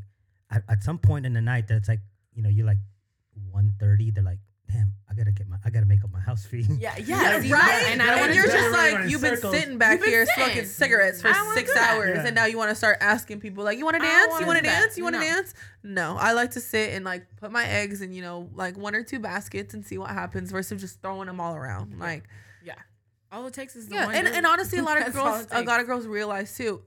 Speaker 1: at, at some point in the night that's like you know you're like one thirty, they're like, damn, I gotta get my I gotta make up my house fee.
Speaker 3: Yeah,
Speaker 2: Yeah,
Speaker 3: yeah, see,
Speaker 2: right. And,
Speaker 3: And I don't want
Speaker 1: wanna
Speaker 2: you're
Speaker 1: drive
Speaker 2: just
Speaker 1: around
Speaker 2: like
Speaker 1: in
Speaker 2: you've been
Speaker 1: circles.
Speaker 2: sitting back
Speaker 3: You've been
Speaker 2: here
Speaker 3: sitting.
Speaker 2: smoking cigarettes for
Speaker 3: I don't wanna
Speaker 2: six
Speaker 3: do that.
Speaker 2: hours,
Speaker 1: Yeah.
Speaker 2: and now you want to start asking people like, "You want to
Speaker 3: I don't
Speaker 2: dance?
Speaker 3: wanna
Speaker 2: You want to
Speaker 3: do that.
Speaker 2: dance? You want to
Speaker 3: No.
Speaker 2: dance?" No, I like to sit and like put my eggs in you know like one or two baskets and see what happens versus just throwing them all around. Like
Speaker 3: yeah. All it takes is the
Speaker 2: yeah,
Speaker 3: one.
Speaker 2: and,
Speaker 3: dude.
Speaker 2: and honestly, a lot of
Speaker 3: That's all
Speaker 2: girls,
Speaker 3: it
Speaker 2: a
Speaker 3: takes.
Speaker 2: lot of girls realize too.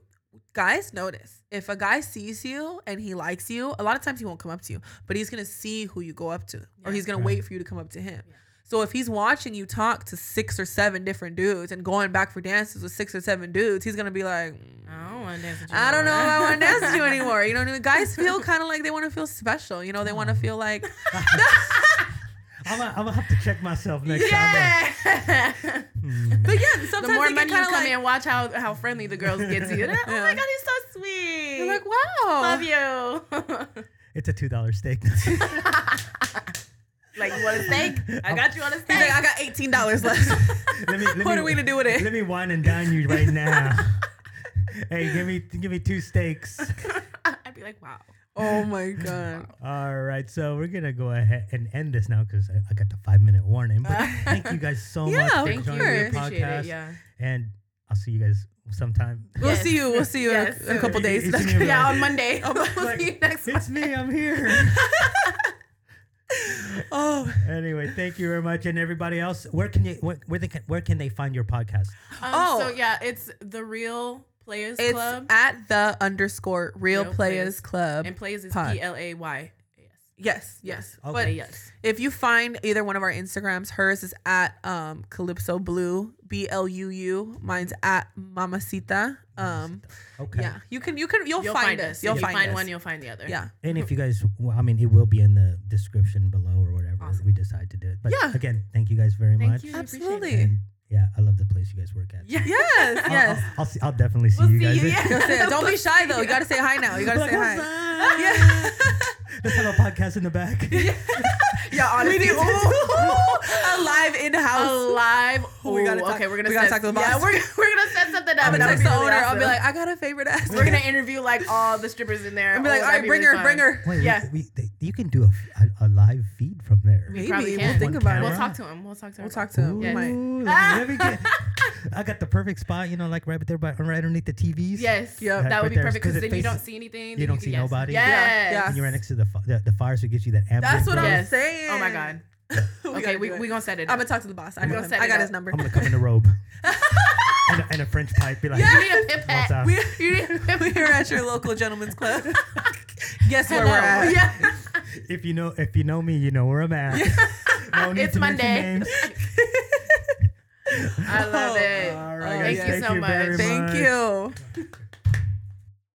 Speaker 2: Guys notice if a guy sees you and he likes you, a lot of times he won't come up to you, but he's gonna see who you go up to, or
Speaker 3: Yeah.
Speaker 2: he's gonna
Speaker 1: Right.
Speaker 2: wait for you to come up to him. So if he's watching you talk to six or seven different dudes and going back for dances with six or seven dudes, he's gonna be like, "Mm,
Speaker 3: I don't want to dance with you.
Speaker 2: I don't know if I want to dance with you
Speaker 3: anymore.
Speaker 2: anymore. You know, what I mean? guys feel kind of like they want to feel special. You know, they want to feel like
Speaker 1: I'm gonna, I'm gonna have to check myself next time. hmm,
Speaker 3: Yeah.
Speaker 2: But yeah, sometimes
Speaker 3: the more
Speaker 2: they get
Speaker 3: money you
Speaker 2: kinda
Speaker 3: come
Speaker 2: like,
Speaker 3: in, watch how, how friendly the girls get to you. They're like, Oh
Speaker 2: Yeah.
Speaker 3: my god, he's so sweet.
Speaker 2: You're like, wow,
Speaker 3: love you.
Speaker 1: It's a two dollar steak.
Speaker 3: like you want a steak? I got you on a steak.
Speaker 2: He's like, I got eighteen dollars left.
Speaker 1: let me, let
Speaker 2: What
Speaker 1: me-
Speaker 2: are we to do with it?
Speaker 1: Let me wine and dine you right now. hey, give me give me two steaks.
Speaker 3: I'd be like, wow.
Speaker 2: oh my god.
Speaker 1: All right, so we're gonna go ahead and end this now because I, I got the five minute warning. But thank you guys so
Speaker 2: Yeah,
Speaker 1: much for
Speaker 2: of
Speaker 1: joining
Speaker 3: Thank
Speaker 1: the
Speaker 3: you.
Speaker 2: course.
Speaker 3: We
Speaker 1: podcast,
Speaker 3: appreciate it. Yeah.
Speaker 1: and I'll see you guys sometime.
Speaker 2: We'll
Speaker 3: Yes.
Speaker 2: see you. We'll see you
Speaker 3: Yes.
Speaker 2: in, a, in a couple
Speaker 1: It's-
Speaker 2: days.
Speaker 1: it's new.
Speaker 3: Yeah, on Monday.
Speaker 2: We'll see you next
Speaker 1: it's me, I'm here.
Speaker 2: Oh,
Speaker 1: anyway, thank you very much, and everybody else. Where can you where, where they can where can they find your podcast?
Speaker 3: Um,
Speaker 2: Oh.
Speaker 3: So yeah, it's the Real Players
Speaker 2: it's
Speaker 3: Club,
Speaker 2: at the underscore Real,
Speaker 3: Real
Speaker 2: Players
Speaker 3: Players.
Speaker 2: Club.
Speaker 3: and Plays is
Speaker 2: pod.
Speaker 3: P L A Y.
Speaker 2: yes, yes.
Speaker 1: Okay.
Speaker 2: But
Speaker 3: But yes,
Speaker 2: if you find either one of our Instagrams, hers is at um, Calypso Blue B L U U. Mine's at Mamacita. Um,
Speaker 1: Okay.
Speaker 2: Yeah, you can you can you'll,
Speaker 3: you'll
Speaker 2: find,
Speaker 3: find
Speaker 2: us.
Speaker 3: us.
Speaker 2: You'll
Speaker 3: If you
Speaker 2: find,
Speaker 3: find
Speaker 2: us.
Speaker 3: one, you'll find the other.
Speaker 2: yeah.
Speaker 1: And if you guys, well, I mean, it will be in the description below or whatever
Speaker 3: Awesome.
Speaker 1: we decide to do it. But
Speaker 2: Yeah.
Speaker 1: again, thank you guys very
Speaker 3: Thank
Speaker 1: much.
Speaker 3: you. we appreciate
Speaker 2: Absolutely.
Speaker 3: it.
Speaker 1: And yeah, I love the place you guys work at.
Speaker 3: Yeah.
Speaker 2: Yes,
Speaker 1: I'll,
Speaker 2: yes.
Speaker 1: I'll, I'll see, I'll definitely see
Speaker 3: We'll
Speaker 1: you
Speaker 3: see
Speaker 1: guys.
Speaker 3: you, yeah.
Speaker 2: You'll say it. Don't be shy though. You gotta say hi now. You gotta
Speaker 1: Like,
Speaker 2: say hi.
Speaker 1: "What's up?"
Speaker 2: Yeah.
Speaker 1: Let's have a podcast in the back.
Speaker 2: Yeah, honestly,
Speaker 3: do-
Speaker 2: it's- it's- a live in-house.
Speaker 3: Alive. Oh,
Speaker 2: We gotta
Speaker 3: Ooh,
Speaker 2: talk-
Speaker 3: okay, we're gonna
Speaker 2: we gotta
Speaker 3: set-
Speaker 2: talk to the
Speaker 3: Yeah,
Speaker 2: boss.
Speaker 3: we're, we're gonna set something up.
Speaker 2: I'm
Speaker 3: and
Speaker 2: gonna
Speaker 3: I'll
Speaker 2: text
Speaker 3: be
Speaker 2: the
Speaker 3: really
Speaker 2: owner. I'll be
Speaker 3: awesome.
Speaker 2: like, I got a favorite ass.
Speaker 3: we're gonna interview like all the strippers in there.
Speaker 2: and be like,
Speaker 3: Oh,
Speaker 2: all
Speaker 3: that'd
Speaker 2: right, bring
Speaker 3: really
Speaker 2: her, bring
Speaker 3: fun.
Speaker 2: her.
Speaker 1: Wait, we-
Speaker 3: Yeah.
Speaker 1: we, they, you can do a f- a, a live feed from there.
Speaker 3: We
Speaker 2: Maybe
Speaker 3: probably
Speaker 2: we'll
Speaker 3: can.
Speaker 2: think
Speaker 1: One
Speaker 2: about
Speaker 3: We'll
Speaker 1: camera.
Speaker 2: it.
Speaker 3: talk to him. We'll talk to him.
Speaker 2: We'll talk to him.
Speaker 1: Ooh,
Speaker 2: We might.
Speaker 1: let me- let me get- I got the perfect spot, you know, like right there, by, right underneath the TVs.
Speaker 3: Yes.
Speaker 2: Yep.
Speaker 3: That
Speaker 1: Right
Speaker 3: would be
Speaker 1: there,
Speaker 3: perfect because
Speaker 1: 'cause it
Speaker 3: then you don't
Speaker 1: faces-
Speaker 3: see anything.
Speaker 1: you
Speaker 3: then
Speaker 1: don't
Speaker 3: can-
Speaker 1: see
Speaker 3: yes.
Speaker 1: nobody. Yeah.
Speaker 3: Yes.
Speaker 2: Yeah.
Speaker 1: And you're right next to the fi- the, the fire, so it gives you that ambient.
Speaker 2: That's what
Speaker 1: glow.
Speaker 2: I'm
Speaker 3: Yes.
Speaker 2: saying.
Speaker 3: Oh my god. Okay, we we gonna set it.
Speaker 2: I'm
Speaker 3: Up.
Speaker 2: gonna talk to the boss. I
Speaker 3: We
Speaker 2: know
Speaker 3: gonna
Speaker 2: him.
Speaker 3: set
Speaker 2: I
Speaker 3: it
Speaker 2: got
Speaker 3: up.
Speaker 2: his number.
Speaker 1: I'm gonna come in a robe and, a, and a French pipe. Be like,
Speaker 3: you need a
Speaker 1: What's
Speaker 3: pipette.
Speaker 1: up?
Speaker 2: we,
Speaker 3: You need a pipette.
Speaker 2: we're at your local gentleman's club. Guess where
Speaker 3: Hello.
Speaker 2: we're at?
Speaker 3: Yeah.
Speaker 1: if you know if you know me, you know where I'm at. No need
Speaker 3: It's
Speaker 1: to mention
Speaker 3: Monday.
Speaker 1: names.
Speaker 3: I love it.
Speaker 1: All
Speaker 2: Oh,
Speaker 1: right, guys,
Speaker 2: yes.
Speaker 3: Thank you so much.
Speaker 1: very
Speaker 2: Thank
Speaker 1: much.
Speaker 2: you.